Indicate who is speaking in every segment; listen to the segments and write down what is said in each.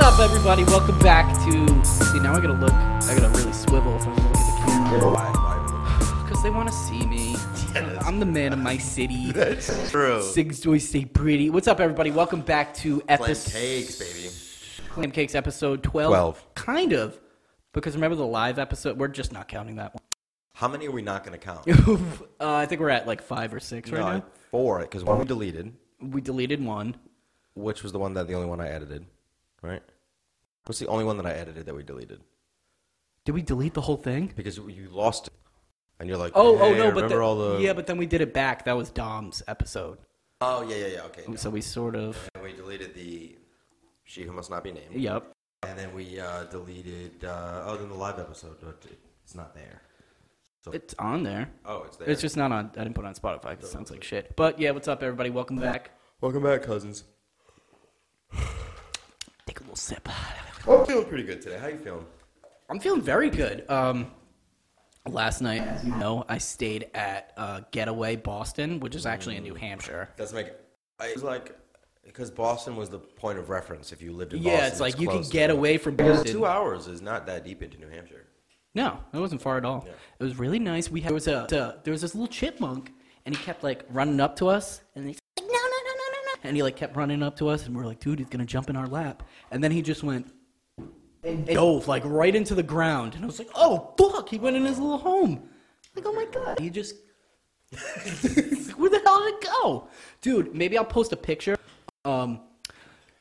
Speaker 1: up, everybody? Welcome back to. See, now I gotta look. I gotta really swivel if I'm gonna look at the camera.
Speaker 2: Yeah, but why- why-
Speaker 1: Because they wanna see me. I'm the man of my city.
Speaker 2: That's true.
Speaker 1: Six joys stay pretty. What's up, everybody? Welcome back to
Speaker 2: Flame
Speaker 1: episode.
Speaker 2: cakes, baby.
Speaker 1: Clam Cakes episode 12.
Speaker 2: 12.
Speaker 1: Kind of. Because remember the live episode? We're just not counting that
Speaker 2: How many are we not going to count?
Speaker 1: one. uh, I think we're at like five or six
Speaker 2: No,
Speaker 1: right
Speaker 2: four, because one we deleted,
Speaker 1: now. We deleted one.
Speaker 2: which was the one that the only one I edited, right? What's the only one that I edited that we deleted?
Speaker 1: Did we delete the whole thing?
Speaker 2: Because you- you lost it, and you're like,
Speaker 1: Oh, oh
Speaker 2: "Hey,
Speaker 1: no,
Speaker 2: I
Speaker 1: but
Speaker 2: remember
Speaker 1: the-
Speaker 2: all the
Speaker 1: yeah, but then we did it back. That was Dom's episode,
Speaker 2: oh yeah, yeah, yeah, okay.
Speaker 1: so we sort of.
Speaker 2: And we deleted the she who must not be named,
Speaker 1: Yep.
Speaker 2: and then we uh, deleted uh, oh then the live episode, but it's not there.
Speaker 1: It's on there.
Speaker 2: Oh, it's there.
Speaker 1: It's just not on. I didn't put it on Spotify. 'cause it sounds like shit. But yeah, what's up, everybody? Welcome back.
Speaker 2: Welcome back, cousins.
Speaker 1: Take a little sip.
Speaker 2: I'm feeling pretty good today. How you feeling?
Speaker 1: I'm feeling very good. Um, last night, as you know, I stayed at uh, Getaway Boston, which is actually in New Hampshire.
Speaker 2: That's like I it's like because Boston was the point of reference if you lived in Boston.
Speaker 1: yeah, it's like you can
Speaker 2: close.
Speaker 1: get away from
Speaker 2: Because
Speaker 1: Boston.
Speaker 2: two hours is not that deep into New Hampshire.
Speaker 1: No, it wasn't far at all. It was really nice. We had, there was a, a there was this little chipmunk, and he kept like running up to us, and he's like, no, no, no, no, no, no, and he like kept running up to us, and we are like, dude, he's gonna jump in our lap, and then he just went and dove like right into the ground, and I was like, oh fuck, he went in his little home. Like, oh my god, he just. Where the hell did it go, dude? Maybe I'll post a picture. Um,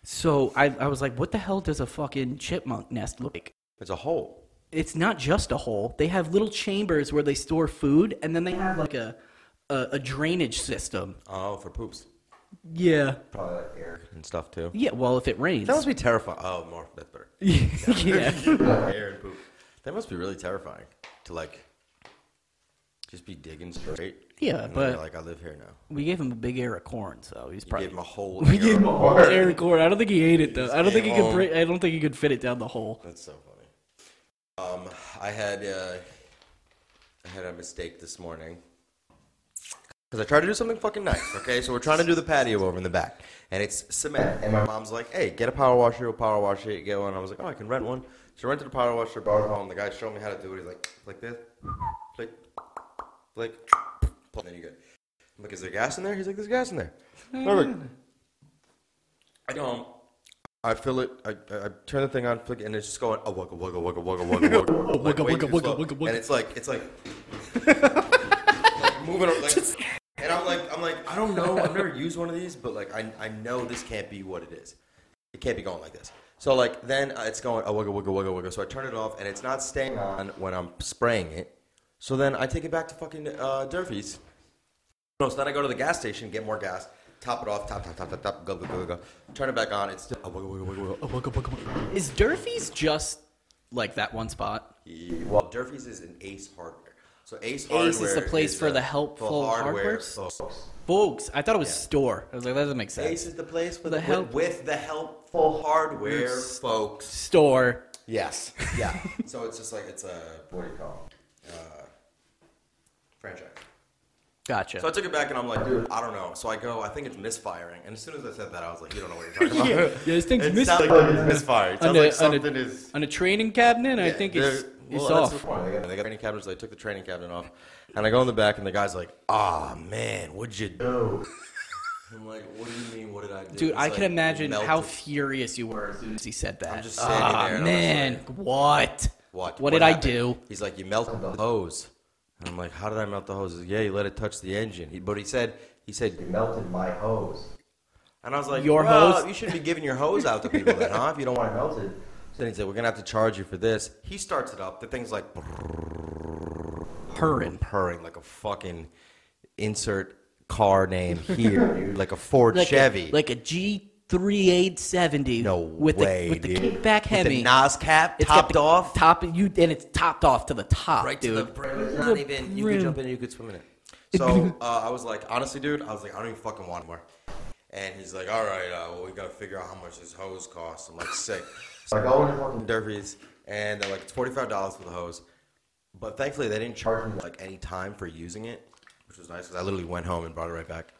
Speaker 1: so I, I was like, what the hell does a fucking chipmunk nest look like?
Speaker 2: It's a hole.
Speaker 1: it's not just a hole. They have little chambers where they store food, and then they have like a a, a drainage system.
Speaker 2: Oh, for poops.
Speaker 1: Yeah.
Speaker 2: Probably like air and stuff too.
Speaker 1: Yeah. Well, if it rains.
Speaker 2: That must be terrifying. Oh, more that's better.
Speaker 1: yeah.
Speaker 2: air and poop. That must be really terrifying to like just be digging straight.
Speaker 1: Yeah,
Speaker 2: and then you're
Speaker 1: but-
Speaker 2: like I live here now.
Speaker 1: We gave him a big air of corn, so he's
Speaker 2: Give
Speaker 1: probably.
Speaker 2: him a whole. We gave him a whole.
Speaker 1: Air of corn. I don't think he ate it though. I don't think he
Speaker 2: came
Speaker 1: could.
Speaker 2: home.
Speaker 1: Bring, I don't think he could fit it down the hole.
Speaker 2: That's so funny. Um, I had uh, I had a mistake this morning because I tried to do something fucking nice. Okay, so we're trying to do the patio over in the back, and it's cement. And my mom's like, "Hey, get a power washer. We'll power wash it. Get one." I was like, "Oh, I can rent one." So I rented a power washer, brought it home. The guy showed me how to do it. He's like, "Like this, flick, flick, and then you good." I'm like, "Is there gas in there?" He's like, "There's gas in there." And I'm like, I don't. I feel it. I, I I turn the thing on, flick, it, and it's just going oh, wugga wugga wugga wugga wugga wugga
Speaker 1: Wugga,
Speaker 2: way
Speaker 1: wugga,
Speaker 2: too
Speaker 1: wugga,
Speaker 2: slow.
Speaker 1: wugga, wugga.
Speaker 2: and it's like it's like, like moving. ar- Like, and I'm like I'm like I don't know. I've never used one of these, but like I I know this can't be what it is. It can't be going like this. So like then uh, it's going oh, wugga wugga wugga wugga. So I turn it off, and it's not staying on when I'm spraying it. So then I take it back to fucking uh, Durfee's. No, so then I go to the gas station, get more gas, top it off, top, top, top, top, top, go, go, go, go, go. Turn it back on. It's still. Oh, wiggle, wiggle, wiggle, wiggle.
Speaker 1: Is Durfee's just like that one spot?
Speaker 2: Yeah, Well, Durfee's is an Ace Hardware. So Ace Hardware
Speaker 1: Ace is the place for
Speaker 2: a-
Speaker 1: the helpful hardware?
Speaker 2: folks.
Speaker 1: Folks, I thought it was store. I was like, that doesn't make sense.
Speaker 2: Ace is the place for
Speaker 1: The
Speaker 2: the with-
Speaker 1: help-
Speaker 2: with the helpful hardware folks.
Speaker 1: Store.
Speaker 2: Yes. Yeah. so it's just like it's a what do you call it? Uh, franchise.
Speaker 1: Gotcha.
Speaker 2: So I took it back and I'm like, dude, I don't know. So I go, I think it's misfiring. And as soon as I said that, I was like, you don't know what you're talking about.
Speaker 1: Yeah, this thing's
Speaker 2: It sounds
Speaker 1: misfiring.
Speaker 2: Like it's misfiring.
Speaker 1: on
Speaker 2: It sounds
Speaker 1: a, on
Speaker 2: like
Speaker 1: a-
Speaker 2: something is.
Speaker 1: on a training cabinet. I think it's
Speaker 2: They're-
Speaker 1: it's
Speaker 2: well, that's
Speaker 1: off.
Speaker 2: the point. They got, they got training cabinets. They took the training cabinet off, and I go in the back, and the guy's like, "Ah, man, what'd you do?" I'm like, "What do you mean? What did I do?"
Speaker 1: Dude,
Speaker 2: It's
Speaker 1: I can
Speaker 2: like
Speaker 1: imagine how
Speaker 2: melted.
Speaker 1: furious you were as soon as he said that.
Speaker 2: I'm just standing
Speaker 1: Ah,
Speaker 2: there and I'm just
Speaker 1: man, what?
Speaker 2: what?
Speaker 1: What, did I
Speaker 2: happened?"
Speaker 1: do?
Speaker 2: He's like, "You melted the hose," and I'm like, "How did I melt the hose?" He's like, yeah, you let it touch the engine. He, but he said, he said, "You melted my hose," and I was like,
Speaker 1: Your
Speaker 2: "Well,
Speaker 1: hose?"
Speaker 2: You shouldn't be giving your hose out to people, then, huh? If you don't want it melted." So then he said, "We're gonna have to charge you for this." He starts it up. The thing's like.
Speaker 1: Purring.
Speaker 2: purring like a fucking insert car name here, dude. Like a Ford Chevy.
Speaker 1: A, like a G3870.
Speaker 2: no
Speaker 1: with
Speaker 2: way,
Speaker 1: The, with the
Speaker 2: dude.
Speaker 1: kickback Hemi.
Speaker 2: With the Nas cap
Speaker 1: It's got
Speaker 2: topped
Speaker 1: the
Speaker 2: off.
Speaker 1: Top, you, and it's topped off to the top,
Speaker 2: Right
Speaker 1: dude.
Speaker 2: to the brim. It's not even. You could jump in and you could swim in it. So uh, I was like, honestly, dude, I was like, I don't even fucking want more. And he's like, all right, uh, well, we gotta figure out how much this hose costs. I'm like, sick. So I go into fucking Durfee's, and they're like, it's forty five dollars for the hose. But thankfully, they didn't charge me like any time for using it, which was nice because I literally went home and brought it right back.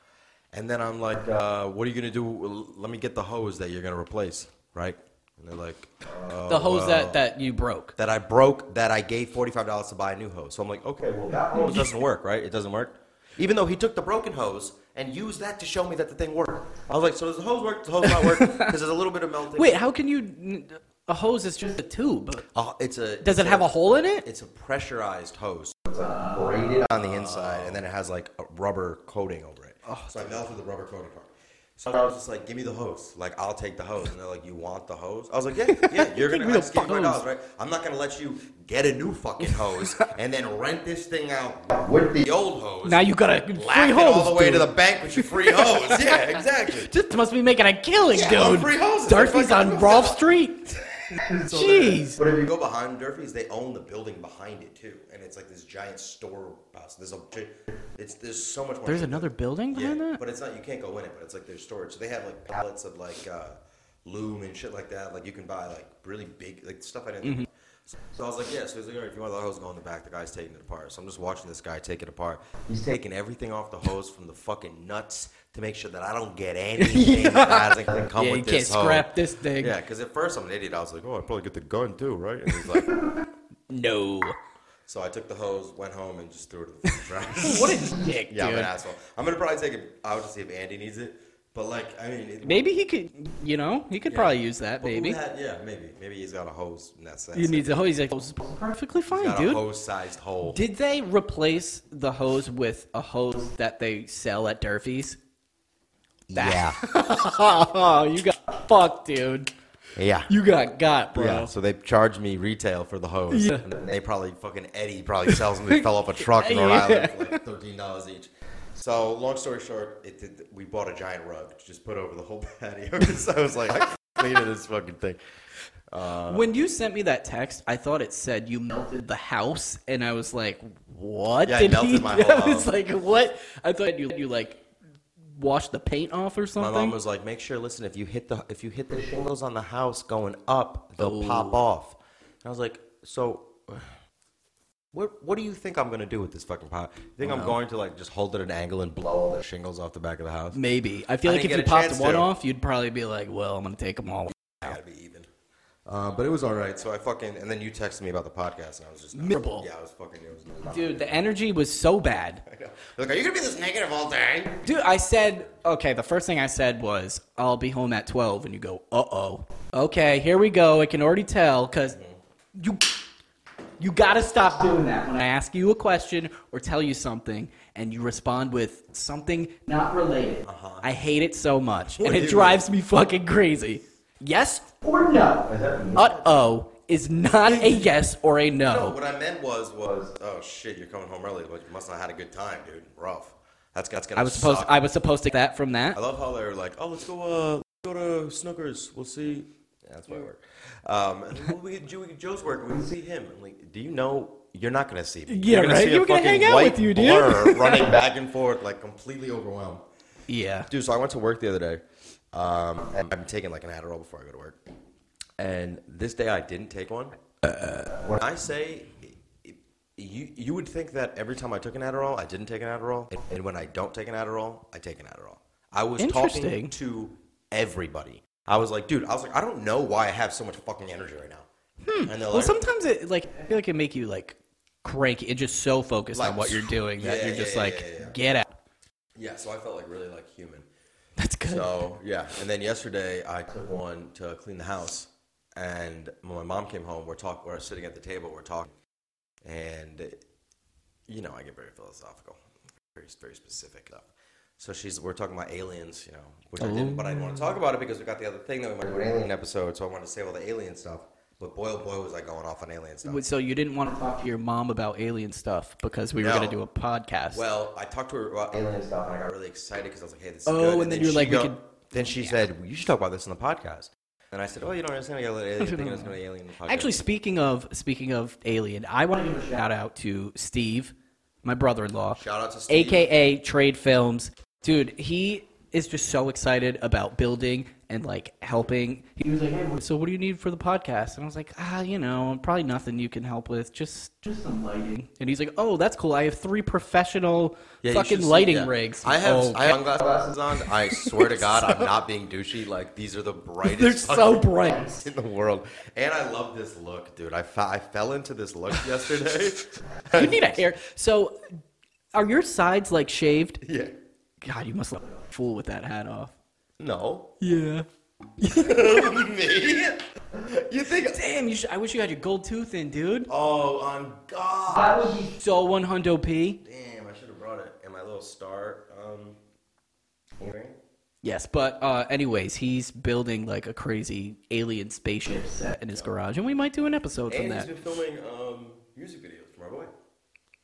Speaker 2: And then I'm like, uh, what are you gonna do? Let me get the hose that you're gonna replace, right? And they're like, oh,
Speaker 1: the hose
Speaker 2: wow.
Speaker 1: that, that you broke.
Speaker 2: that I broke that I gave $45 to buy a new hose. So I'm like, okay, well, that hose doesn't work, right? It doesn't work. Even though he took the broken hose and used that to show me that the thing worked. I was like, so does the hose work? Does the hose not work? Because there's a little bit of melting.
Speaker 1: Wait, how can you? A hose is just a tube.
Speaker 2: Uh, it's a,
Speaker 1: Does it
Speaker 2: it's
Speaker 1: have a hole in it?
Speaker 2: It's a pressurized hose. It's like braided on the inside, and then it has like a rubber coating over it.
Speaker 1: Oh,
Speaker 2: so I melted the rubber coating part. So I was just like, "Give me the hose. Like, I'll take the hose." And they're like, "You want the hose?" I was like, "Yeah, yeah. You're gonna
Speaker 1: me
Speaker 2: I
Speaker 1: the
Speaker 2: just gave you my
Speaker 1: fucking hose.
Speaker 2: dollars, right? I'm not gonna let you get a new fucking hose and then rent this thing out with the old hose.
Speaker 1: Now you got a free
Speaker 2: laugh it
Speaker 1: hose.
Speaker 2: all the way to
Speaker 1: dude.
Speaker 2: the bank with your free hose. Yeah, exactly.
Speaker 1: Just must be making a killing,
Speaker 2: Yeah,
Speaker 1: dude.
Speaker 2: on free hoses.
Speaker 1: Durfee's
Speaker 2: They're fucking
Speaker 1: on
Speaker 2: hose
Speaker 1: Rolf
Speaker 2: out.
Speaker 1: Street. Jeez.
Speaker 2: But if you go behind Durfee's, they own the building behind it too, and it's like this giant storehouse. There's a, it's there's so much more.
Speaker 1: There's
Speaker 2: shit
Speaker 1: another building
Speaker 2: Yeah,
Speaker 1: behind that.
Speaker 2: but it's not. You can't go in it. But it's like there's storage. So they have like pallets of like uh, loom and shit like that. Like you can buy like really big like stuff I didn't.
Speaker 1: Mm-hmm.
Speaker 2: So, I was like, yeah. So he's like, all right, if you want the hose, go in the back. The guy's taking it apart. So I'm just watching this guy take it apart. He's taking everything off the hose from the fucking nuts to make sure that I don't get anything that doesn't come
Speaker 1: Yeah,
Speaker 2: with
Speaker 1: you
Speaker 2: this
Speaker 1: can't
Speaker 2: hose.
Speaker 1: scrap this thing.
Speaker 2: Yeah, because at first I'm an idiot. I was like, oh, I probably get the gun too, right? And he's like,
Speaker 1: No.
Speaker 2: so I took the hose, went home, and just threw it in the fucking trash.
Speaker 1: What a dick,
Speaker 2: Yeah, I'm
Speaker 1: dude.
Speaker 2: an asshole. I'm gonna probably take it out to see if Andy needs it. But like, I mean, it,
Speaker 1: Maybe he could, you know, he could
Speaker 2: yeah.
Speaker 1: probably use that,
Speaker 2: But who
Speaker 1: baby.
Speaker 2: had- yeah, maybe. Maybe he's got a hose and that's it.
Speaker 1: He needs a hose. He's like, "Hose is perfectly
Speaker 2: He's
Speaker 1: fine,
Speaker 2: got a
Speaker 1: dude.
Speaker 2: hose-sized hole.
Speaker 1: Did they replace the hose with a hose that they sell at Durfee's?
Speaker 2: Yeah,
Speaker 1: Oh, you got fucked, dude.
Speaker 2: yeah.
Speaker 1: You got got, bro.
Speaker 2: Yeah, so they charge me retail for the hose.
Speaker 1: Yeah.
Speaker 2: And then they probably fucking Eddie probably sells them. They fell off a truck in Rhode
Speaker 1: Yeah.
Speaker 2: Island for like thirteen dollars each. So long story short, it did, we bought a giant rug to just put over the whole patio. so I was like, I can't clean this fucking thing.
Speaker 1: When you sent me that text, I thought it said you melted the house, and I was like, "What
Speaker 2: Yeah, I
Speaker 1: did
Speaker 2: melted
Speaker 1: he?"
Speaker 2: my
Speaker 1: do?"
Speaker 2: whole
Speaker 1: I was
Speaker 2: house.
Speaker 1: like, "What?" I thought you you like washed the paint off or
Speaker 2: My
Speaker 1: something.
Speaker 2: mom was like, "Make sure, listen, if you hit the if you hit the shingles on the house going up, they'll pop off." And I was like, "So, what what do you think I'm gonna do with this fucking pot? You think I'm going to like just hold it at an angle and blow all the shingles off the back of the house?
Speaker 1: Maybe I feel
Speaker 2: I
Speaker 1: like if
Speaker 2: didn't
Speaker 1: you
Speaker 2: get a
Speaker 1: popped
Speaker 2: chance
Speaker 1: one
Speaker 2: to.
Speaker 1: off, you'd probably be like, "Well, I'm gonna take them all."
Speaker 2: I gotta be even." Uh, but it was all right. So I fucking and then you texted me about the podcast, and I was just
Speaker 1: Miserable.
Speaker 2: Yeah, I was fucking. It was not-
Speaker 1: Dude, the energy was so bad.
Speaker 2: Like, are you gonna be this negative all day?
Speaker 1: Dude, I said, okay, the first thing I said was, I'll be home at 12. And you go, uh oh. Okay, here we go. I can already tell because you, you got to stop doing that when I ask you a question or tell you something and you respond with something not related. I hate it so much. and
Speaker 2: do
Speaker 1: Uh-huh. it
Speaker 2: you-
Speaker 1: drives me fucking crazy. Yes or no? Uh oh is not a yes or a
Speaker 2: No,
Speaker 1: no.
Speaker 2: what I meant was was oh shit, you're coming home early. But you must not have had a good time, dude. Rough. That's that's gonna.
Speaker 1: I was supposed
Speaker 2: suck.
Speaker 1: I was supposed to get that from that.
Speaker 2: I love how they're like, oh, let's go, uh, go to Snookers. We'll see. Yeah, that's my work. Um, and then, well, we could do Joe's work. We can see him. I'm like, do you know you're not gonna see me?
Speaker 1: Yeah,
Speaker 2: you're gonna
Speaker 1: right?
Speaker 2: See
Speaker 1: You
Speaker 2: a
Speaker 1: were gonna
Speaker 2: fucking
Speaker 1: hang out
Speaker 2: white
Speaker 1: with you, dude.
Speaker 2: blur running back and forth, like completely overwhelmed.
Speaker 1: Yeah.
Speaker 2: Dude, so I went to work the other day. Um, and I'm taking like an Adderall before I go to work. And this day I didn't take one.
Speaker 1: Uh-uh.
Speaker 2: when I say, it- you, you would think that every time I took an Adderall, I didn't take an Adderall. And, and when I don't take an Adderall, I take an Adderall. I was talking
Speaker 1: Interesting.
Speaker 2: to everybody. I was like, dude, I was like, I don't know why I have so much fucking energy right now. And they're
Speaker 1: Hmm. Well, sometimes it like I feel like it make you like cranky and just so focused
Speaker 2: Like,
Speaker 1: on what you're doing that
Speaker 2: yeah,
Speaker 1: you're
Speaker 2: yeah,
Speaker 1: just
Speaker 2: yeah,
Speaker 1: like
Speaker 2: yeah, yeah.
Speaker 1: get out.
Speaker 2: yeah, so I felt like really like human.
Speaker 1: That's good.
Speaker 2: So yeah, and then yesterday I took one to clean the house, and when my mom came home, we're talking, we're sitting at the table, we're talking, and you know I get very philosophical, very very specific stuff. So she's we're talking about aliens, you know, which I didn't, but I didn't want to talk about it because we got the other thing that we might do an alien episode, so I wanted to save all the alien stuff. But boy, oh boy, was I going off on alien stuff.
Speaker 1: Wait, so you didn't want to talk to your mom about alien stuff because we were
Speaker 2: No.
Speaker 1: gonna do a podcast.
Speaker 2: Well, I talked to her about alien stuff, and I got really excited because I was like, "Hey, this is
Speaker 1: Oh,
Speaker 2: good."
Speaker 1: and then you were
Speaker 2: she
Speaker 1: like, we could-
Speaker 2: Then she said, well, "You should talk about this in the podcast." And I said, "Oh, you don't understand. I got a little alien. thinking it's going to be alien in the podcast."
Speaker 1: Actually, speaking of speaking of alien, I want to give a shout out to Steve, my brother-in-law,
Speaker 2: shout out to Steve.
Speaker 1: aka Trade Films. Dude, he is just so excited about building and like helping. He was like, "Hey, what- so what do you need for the podcast?" And I was like, "Ah, you know, probably nothing you can help with. Just just some lighting." And he's like, "Oh, that's cool. I have three professional
Speaker 2: Yeah, you should
Speaker 1: fucking
Speaker 2: see-
Speaker 1: lighting
Speaker 2: yeah.
Speaker 1: rigs."
Speaker 2: I have
Speaker 1: Oh,
Speaker 2: I have sunglass glasses on. I swear to God, I'm not being douchey. Like these are the brightest.
Speaker 1: they're so
Speaker 2: fucking
Speaker 1: bright.
Speaker 2: lights in the world, and I love this look, dude. I, fe- I fell into this look yesterday. I
Speaker 1: You need a hair. So, are your sides like shaved?
Speaker 2: Yeah.
Speaker 1: God, you must look like a fool with that hat off.
Speaker 2: No.
Speaker 1: Yeah.
Speaker 2: Me? You think?
Speaker 1: Damn, you should, I wish you had your gold tooth in, dude.
Speaker 2: Oh, on God.
Speaker 1: So one hundo p.
Speaker 2: Damn, I should have brought it. And my little star um earring.
Speaker 1: Yes, but uh, anyways, he's building like a crazy alien spaceship set in his garage, and we might do an episode from
Speaker 2: And he's
Speaker 1: that.
Speaker 2: been filming um music videos for my boy.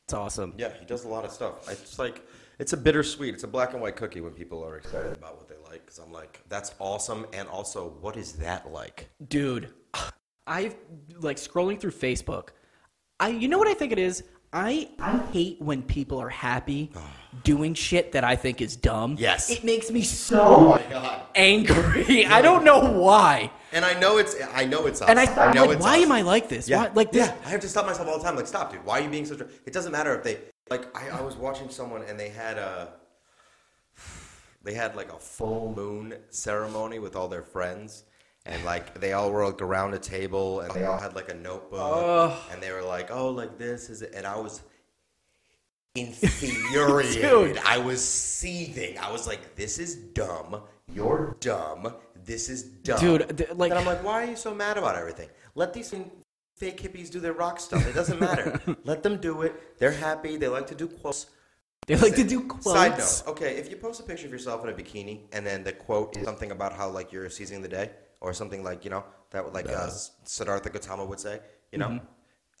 Speaker 1: It's awesome.
Speaker 2: Yeah, he does a lot of stuff. It's like it's a bittersweet. It's a black and white cookie when people are excited about what they like. Because I'm like, that's awesome, and also, what is that like?
Speaker 1: dude i've like scrolling through facebook i you know what i think it is i i hate when people are happy doing shit that i think is dumb
Speaker 2: Yes.
Speaker 1: it makes me so
Speaker 2: my God.
Speaker 1: angry i don't know why
Speaker 2: And I know it's I know it's us.
Speaker 1: and i, I'm
Speaker 2: know
Speaker 1: like,
Speaker 2: it's
Speaker 1: why
Speaker 2: us.
Speaker 1: am i like this
Speaker 2: Yeah,
Speaker 1: why, like this
Speaker 2: yeah. I have to stop myself all the time. Like, stop, dude. Why are you being such a? It doesn't matter if they like. I, I was watching someone and they had a. They had like a full moon ceremony with all their friends, and like they all were like around a table, and they all had like a notebook, and they were like, "Oh, like this is," it. and I was infuriated.
Speaker 1: Dude.
Speaker 2: I was seething. I was like, "This is dumb. You're dumb. This is dumb."
Speaker 1: Dude, th- like-
Speaker 2: and Oh. I'm like, "Why are you so mad about everything? Let these fake hippies do their rock stuff. It doesn't matter. Let them do it. They're happy. They like to do quotes."
Speaker 1: they like to do quotes
Speaker 2: Side note, okay, if you post a picture of yourself in a bikini and then the quote is something about how like you're seizing the day or something like you know that would like uh, Siddhartha Gautama would say, you know,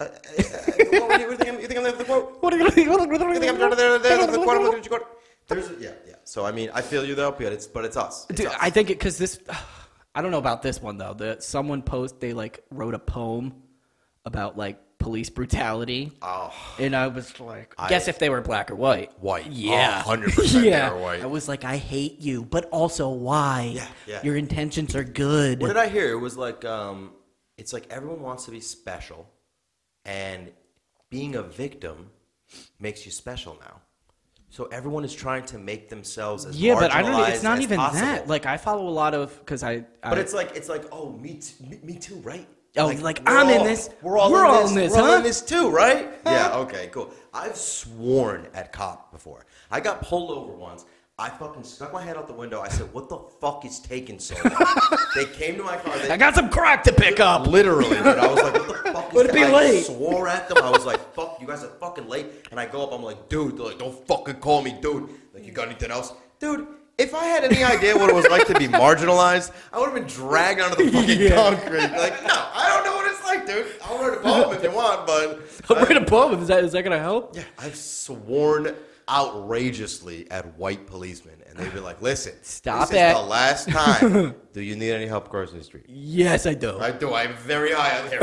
Speaker 1: Mm-hmm.
Speaker 2: uh, uh, uh, what, do you, what do you think I'm, you think I'm there for the quote?
Speaker 1: What are you
Speaker 2: You think I'm there, there, there, for the quote? I'm looking at your quote. There's a- yeah, yeah. So I mean, I feel you though, but it's but it's us. It's
Speaker 1: Dude,
Speaker 2: us.
Speaker 1: I think it because this. I don't know about this one though. That someone post they like wrote a poem about like police brutality.
Speaker 2: Oh.
Speaker 1: And I was like, guess if they were black or white.
Speaker 2: White.
Speaker 1: Yeah.
Speaker 2: Oh, 100% they
Speaker 1: yeah.
Speaker 2: were white.
Speaker 1: I was like, I hate you, but also why? Yeah,
Speaker 2: yeah.
Speaker 1: Your intentions are good.
Speaker 2: What did I hear? It was like um, it's like everyone wants to be special, and being a victim makes you special now. So everyone is trying to make themselves as
Speaker 1: yeah, but I don't. e,
Speaker 2: marginalized
Speaker 1: It's not
Speaker 2: as
Speaker 1: even
Speaker 2: possible.
Speaker 1: that. Like I follow a lot of because I.
Speaker 2: but
Speaker 1: I-
Speaker 2: it's like it's like oh me too, me, me too right?
Speaker 1: Oh, like,
Speaker 2: we're
Speaker 1: I'm in
Speaker 2: all-
Speaker 1: this.
Speaker 2: We're all
Speaker 1: We're
Speaker 2: in
Speaker 1: all
Speaker 2: this.
Speaker 1: in this,
Speaker 2: we're all
Speaker 1: huh?
Speaker 2: in this too, right? yeah. Okay. Cool. I've sworn at cop before. I got pulled over once. I fucking stuck my head out the window. I said, "What the fuck is taking so long?" they came to my car. They
Speaker 1: I got some crack to pick up.
Speaker 2: Literally, dude. I was like, what the fuck is
Speaker 1: Would it
Speaker 2: that?
Speaker 1: be
Speaker 2: I
Speaker 1: late?
Speaker 2: swore at them. I was like, fuck, you guys are fucking late. And I go up, I'm like, dude, they're like, don't fucking call me dude. Like, you got anything else? Dude, if I had any idea what it was like to be marginalized, I would have been dragged onto the fucking
Speaker 1: Yeah.
Speaker 2: concrete. Like, no, I don't know what it's like, dude. I'll write a poem if you want, but
Speaker 1: I'm reading a poem. Is that is that gonna help?
Speaker 2: yeah, I've sworn outrageously at white policemen, and they'd be like, listen,
Speaker 1: Stop
Speaker 2: this is
Speaker 1: it.
Speaker 2: the last time. Do you need any help crossing the street?
Speaker 1: Yes, I do.
Speaker 2: I do. I'm very high on there.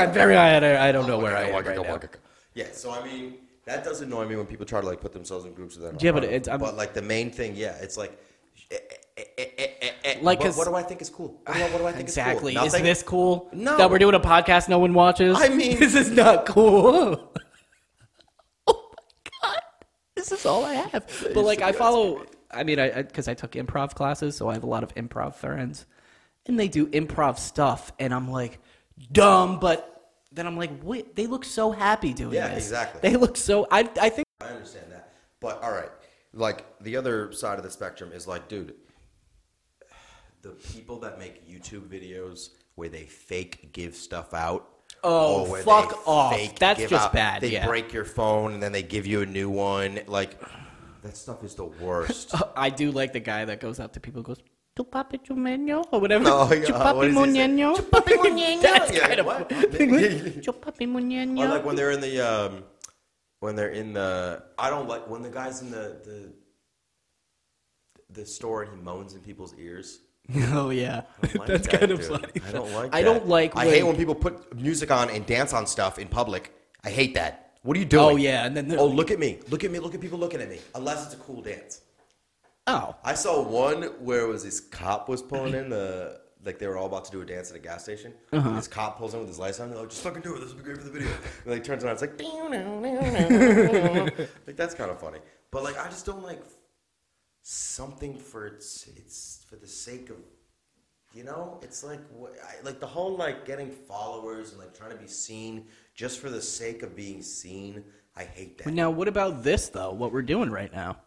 Speaker 1: I'm very. I, I don't know where I am
Speaker 2: Waka,
Speaker 1: right
Speaker 2: waka,
Speaker 1: now.
Speaker 2: waka. Yeah, so I mean, that does annoy me when people try to like put themselves in groups of them.
Speaker 1: Yeah, but it's- I'm-
Speaker 2: but like the main thing, yeah, it's like, eh, eh, eh, eh, eh, eh,
Speaker 1: Like,
Speaker 2: what,
Speaker 1: 'cause-
Speaker 2: what do I think is cool? What do I, what do I think
Speaker 1: Exactly.
Speaker 2: is cool?
Speaker 1: Is
Speaker 2: Nothing?
Speaker 1: this cool?
Speaker 2: No.
Speaker 1: That we're doing a podcast no one watches?
Speaker 2: I mean-
Speaker 1: this is not cool. oh my God. This is all I have. But, like, I follow, I mean, I, because I, took improv classes, so I have a lot of improv friends. And they do improv stuff, and I'm like, dumb, but then I'm like, wait, they look so happy doing
Speaker 2: Yeah,
Speaker 1: this.
Speaker 2: exactly.
Speaker 1: They look so, I, I think,
Speaker 2: I understand that, but all right, like the other side of the spectrum is like, dude, the people that make YouTube videos where they fake give stuff out.
Speaker 1: Oh,
Speaker 2: or where
Speaker 1: fuck
Speaker 2: they
Speaker 1: off.
Speaker 2: fake
Speaker 1: That's
Speaker 2: give
Speaker 1: just
Speaker 2: out-
Speaker 1: bad,
Speaker 2: They
Speaker 1: yeah.
Speaker 2: break your phone and then they give you a new one. Like, that stuff is the worst.
Speaker 1: I do like the guy that goes up to people and goes, Tu papi chumeño, or whatever.
Speaker 2: Oh, yeah.
Speaker 1: "Tu
Speaker 2: What
Speaker 1: papi
Speaker 2: does he say?
Speaker 1: muñeño."
Speaker 2: "Tu papi muñeño."
Speaker 1: That's
Speaker 2: Yeah,
Speaker 1: kind of
Speaker 2: what?
Speaker 1: "Tu papi muñeño."
Speaker 2: Or like when they're in the um, when they're in the I don't like when the guy's in the the the store and he moans in people's ears.
Speaker 1: Oh yeah,
Speaker 2: I don't like
Speaker 1: that's
Speaker 2: that,
Speaker 1: kind of
Speaker 2: dude.
Speaker 1: funny.
Speaker 2: I don't like.
Speaker 1: I
Speaker 2: that.
Speaker 1: don't like.
Speaker 2: I hate when people put music on and dance on stuff in public. I hate that. What are you doing?
Speaker 1: Oh yeah, and then they're
Speaker 2: Oh
Speaker 1: like,
Speaker 2: look at me! Look at me! Look at people looking at me. Unless it's a cool dance.
Speaker 1: Oh,
Speaker 2: I saw one where it was this cop was pulling in the like they were all about to do a dance at a gas station. This cop pulls in with his lights on. They're like, "Just fucking do it. This will be great for the video." And like turns around, it's like, "Deow, deow, deow, deow." like that's kind of funny. But like, I just don't like something for its it's for the sake of you know. It's like what I, like the whole like getting followers and like trying to be seen just for the sake of being seen. I hate that.
Speaker 1: now what about this though? What we're doing right now?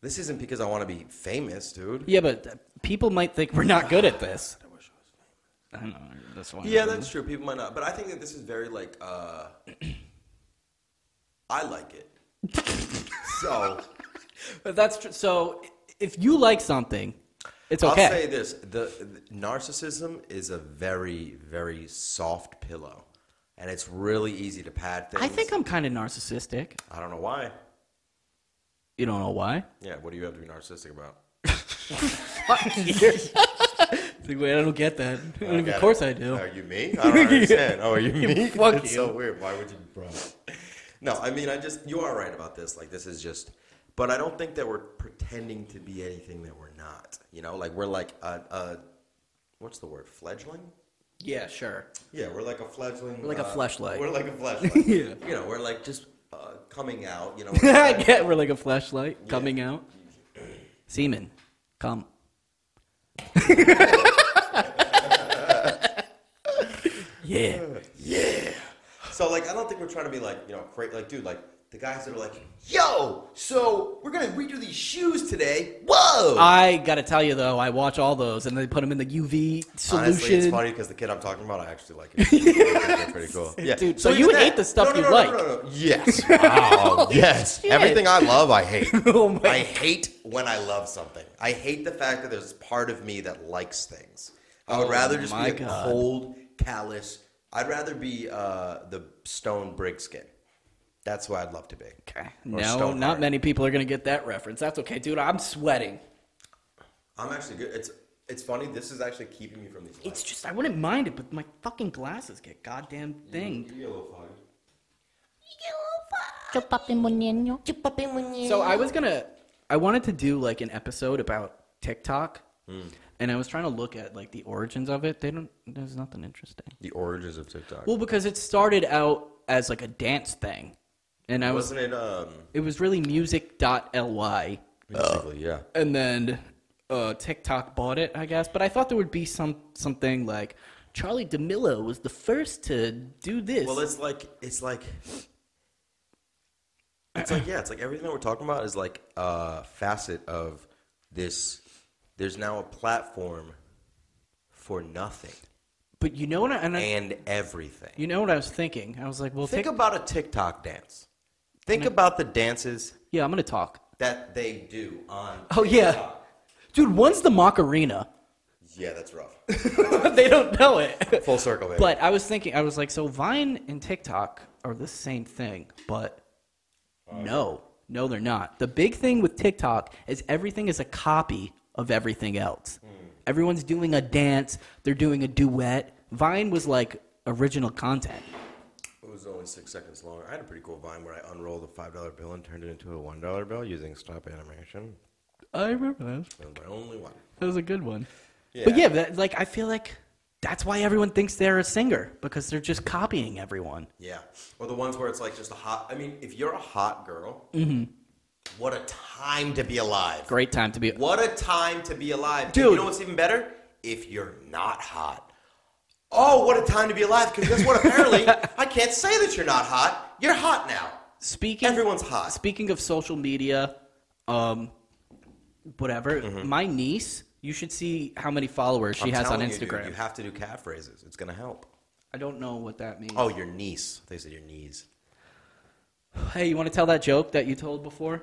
Speaker 2: This isn't because I want to be famous, dude.
Speaker 1: Yeah, but uh, people might think we're not good at this. I know that's why.
Speaker 2: Yeah, that's true. People might not, but I think that this is very like. uh I like it. so
Speaker 1: But that's tr- so. If you like something, it's okay.
Speaker 2: I'll say this: the, the narcissism is a very, very soft pillow, and it's really easy to pad things.
Speaker 1: I think I'm kind of narcissistic.
Speaker 2: I don't know why.
Speaker 1: You don't know why?
Speaker 2: Yeah, what do you have to be narcissistic about?
Speaker 1: It's like, wait, I don't get that. And
Speaker 2: get
Speaker 1: of
Speaker 2: it.
Speaker 1: course I do.
Speaker 2: Are you me? I don't understand. Oh, are you me?
Speaker 1: Fuck
Speaker 2: That's
Speaker 1: you.
Speaker 2: so weird. Why would you, bro? No, I mean, I just you are right about this. Like, this is just, but I don't think that we're pretending to be anything that we're not. You know, like we're like a, a what's the word? Fledgling.
Speaker 1: Yeah, sure.
Speaker 2: Yeah, we're like a fledgling. uh,
Speaker 1: We're like a fleshlight.
Speaker 2: We're like a fleshlight.
Speaker 1: Yeah.
Speaker 2: You know, we're like just uh, coming out. You know.
Speaker 1: I get we're like a flashlight coming out. Semen, come. yeah.
Speaker 2: Yeah. So like, I don't think we're trying to be like, you know, cra Like, dude, like the guys that are like, yo, so we're gonna redo these shoes today. Whoa.
Speaker 1: I gotta tell you though, I watch all those and they put them in the UV solution.
Speaker 2: Honestly, it's funny because the kid I'm talking about, I actually like it. I think they're pretty cool. Yeah.
Speaker 1: Dude, so you
Speaker 2: even
Speaker 1: hate the stuff
Speaker 2: no,
Speaker 1: you
Speaker 2: no, no, no,
Speaker 1: like.
Speaker 2: No, no, no. Yes. Wow. yes.
Speaker 1: shit.
Speaker 2: Everything I love, I hate.
Speaker 1: Oh my-
Speaker 2: I hate when I love something. I hate the fact that there's part of me that likes things. I would rather just
Speaker 1: Oh my
Speaker 2: be a
Speaker 1: God.
Speaker 2: cold, callous. I'd rather be uh, the stone brig skin. That's what I'd love to be.
Speaker 1: Okay.
Speaker 2: Or
Speaker 1: No,
Speaker 2: Stoneheart.
Speaker 1: not many people are gonna get that reference. That's okay, dude. I'm sweating.
Speaker 2: I'm actually good. It's it's funny. This is actually keeping me from these.
Speaker 1: It's just I wouldn't mind it, but my fucking glasses get goddamn thing.
Speaker 3: Chúpame muñeño, chúpame muñeño.
Speaker 1: So I was gonna, I wanted to do like an episode about TikTok,
Speaker 2: Hmm.
Speaker 1: and I was trying to look at like the origins of it. They don't. There's nothing interesting.
Speaker 2: the origins of TikTok.
Speaker 1: Well, because it started out as like a dance thing, and I was
Speaker 2: Wasn't it? Um,
Speaker 1: it was really music.ly,
Speaker 2: basically, yeah.
Speaker 1: and then uh, TikTok bought it, I guess. But I thought there would be some something like Charlie D'Amelio was the first to do this.
Speaker 2: Well, it's like it's like it's like yeah, it's like everything that we're talking about is like a facet of this. There's now a platform for nothing
Speaker 1: but you know what? I, and I,
Speaker 2: and everything.
Speaker 1: you know what I was thinking? I was like, well,
Speaker 2: think
Speaker 1: Tik-
Speaker 2: about a TikTok dance. Think about the dances
Speaker 1: yeah, I'm gonna talk.
Speaker 2: that they do on.
Speaker 1: Oh yeah,
Speaker 2: TikTok.
Speaker 1: dude. One's the Macarena.
Speaker 2: yeah, that's rough.
Speaker 1: they don't know it.
Speaker 2: Full circle, baby.
Speaker 1: But I was thinking, I was like, so Vine and TikTok are the same thing, but no, no, they're not. The big thing with TikTok is everything is a copy of everything else. Everyone's doing a dance, they're doing a duet. Vine was like original content.
Speaker 2: It was only six seconds long. I had a pretty cool vine where I unrolled a five dollar bill and turned it into a one dollar bill using stop animation.
Speaker 1: I remember that.
Speaker 2: That was my only one.
Speaker 1: That was a good one. But
Speaker 2: Yeah.
Speaker 1: yeah, that, like I feel like that's why everyone thinks they're a singer because they're just copying everyone.
Speaker 2: Yeah. Or the ones where it's like just a hot. I mean, if you're a hot girl, what a time to be alive.
Speaker 1: Mm-hmm. Great time to be.
Speaker 2: What a time to be alive. And
Speaker 1: Dude.
Speaker 2: you know what's even better? If you're not hot. Oh, what a time to be alive. Because guess what? Apparently, I can't say that you're not hot. You're hot now.
Speaker 1: Speaking
Speaker 2: Everyone's hot.
Speaker 1: Speaking of social media, um, whatever, my niece, you should see how many followers she
Speaker 2: Mm-hmm. I'm
Speaker 1: has on
Speaker 2: telling you, dude,
Speaker 1: Instagram.
Speaker 2: You, have to do calf raises. It's going to help.
Speaker 1: I don't know what that means.
Speaker 2: Oh, your niece. They said your knees.
Speaker 1: Hey, you want to tell that joke that you told before?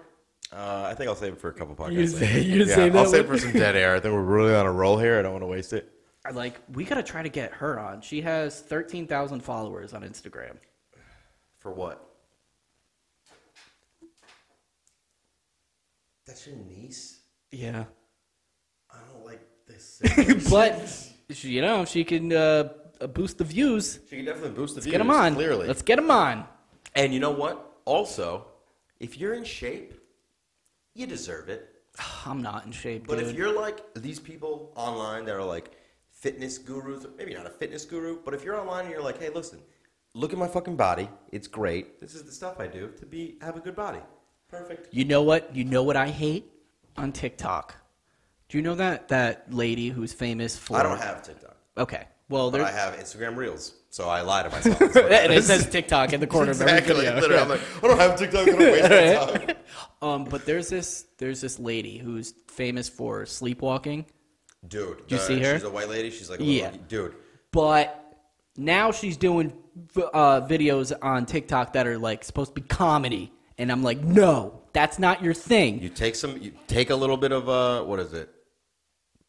Speaker 2: Uh, I think I'll save it for a couple podcasts.
Speaker 1: You
Speaker 2: later.
Speaker 1: say- you
Speaker 2: yeah,
Speaker 1: say that
Speaker 2: I'll save it
Speaker 1: one?
Speaker 2: for some dead air. I think we're really on a roll here. I don't want to waste it.
Speaker 1: I like we gotta try to get her on. She has thirteen thousand followers on Instagram.
Speaker 2: For what? That's your niece?
Speaker 1: Yeah,
Speaker 2: I don't like this. she
Speaker 1: but she, you know she can uh, boost the views.
Speaker 2: can definitely boost the views.
Speaker 1: Get them on.
Speaker 2: Clearly.
Speaker 1: let's get them on.
Speaker 2: and you know what? Also, if you're in shape, you deserve it.
Speaker 1: I'm not in shape,
Speaker 2: But
Speaker 1: dude.
Speaker 2: if you're like these people online that are like fitness gurus, or maybe not a fitness guru, but if you're online and you're like, hey, listen, look at my fucking body. It's great. This is the stuff I do to be have a good body. Perfect.
Speaker 1: You know what? You know what I hate on TikTok. Do you know that that lady who's famous for?
Speaker 2: I don't have TikTok,
Speaker 1: Okay. Well,
Speaker 2: but I
Speaker 1: there's.
Speaker 2: have Instagram Reels, so I lie to myself. That's what
Speaker 1: and it
Speaker 2: is.
Speaker 1: says TikTok in the corner of every
Speaker 2: exactly.
Speaker 1: video.
Speaker 2: Literally, I'm like, I don't have TikTok. I don't waste my time.
Speaker 1: Um, but there's this there's this lady who's famous for sleepwalking,
Speaker 2: Dude,
Speaker 1: you
Speaker 2: the-
Speaker 1: see her?
Speaker 2: She's a white lady. She's like, a
Speaker 1: Yeah.
Speaker 2: little- dude.
Speaker 1: but now she's doing uh, videos on TikTok that are like supposed to be comedy, and I'm like, no, that's not your thing.
Speaker 2: You take some. You take a little bit of uh, what is it?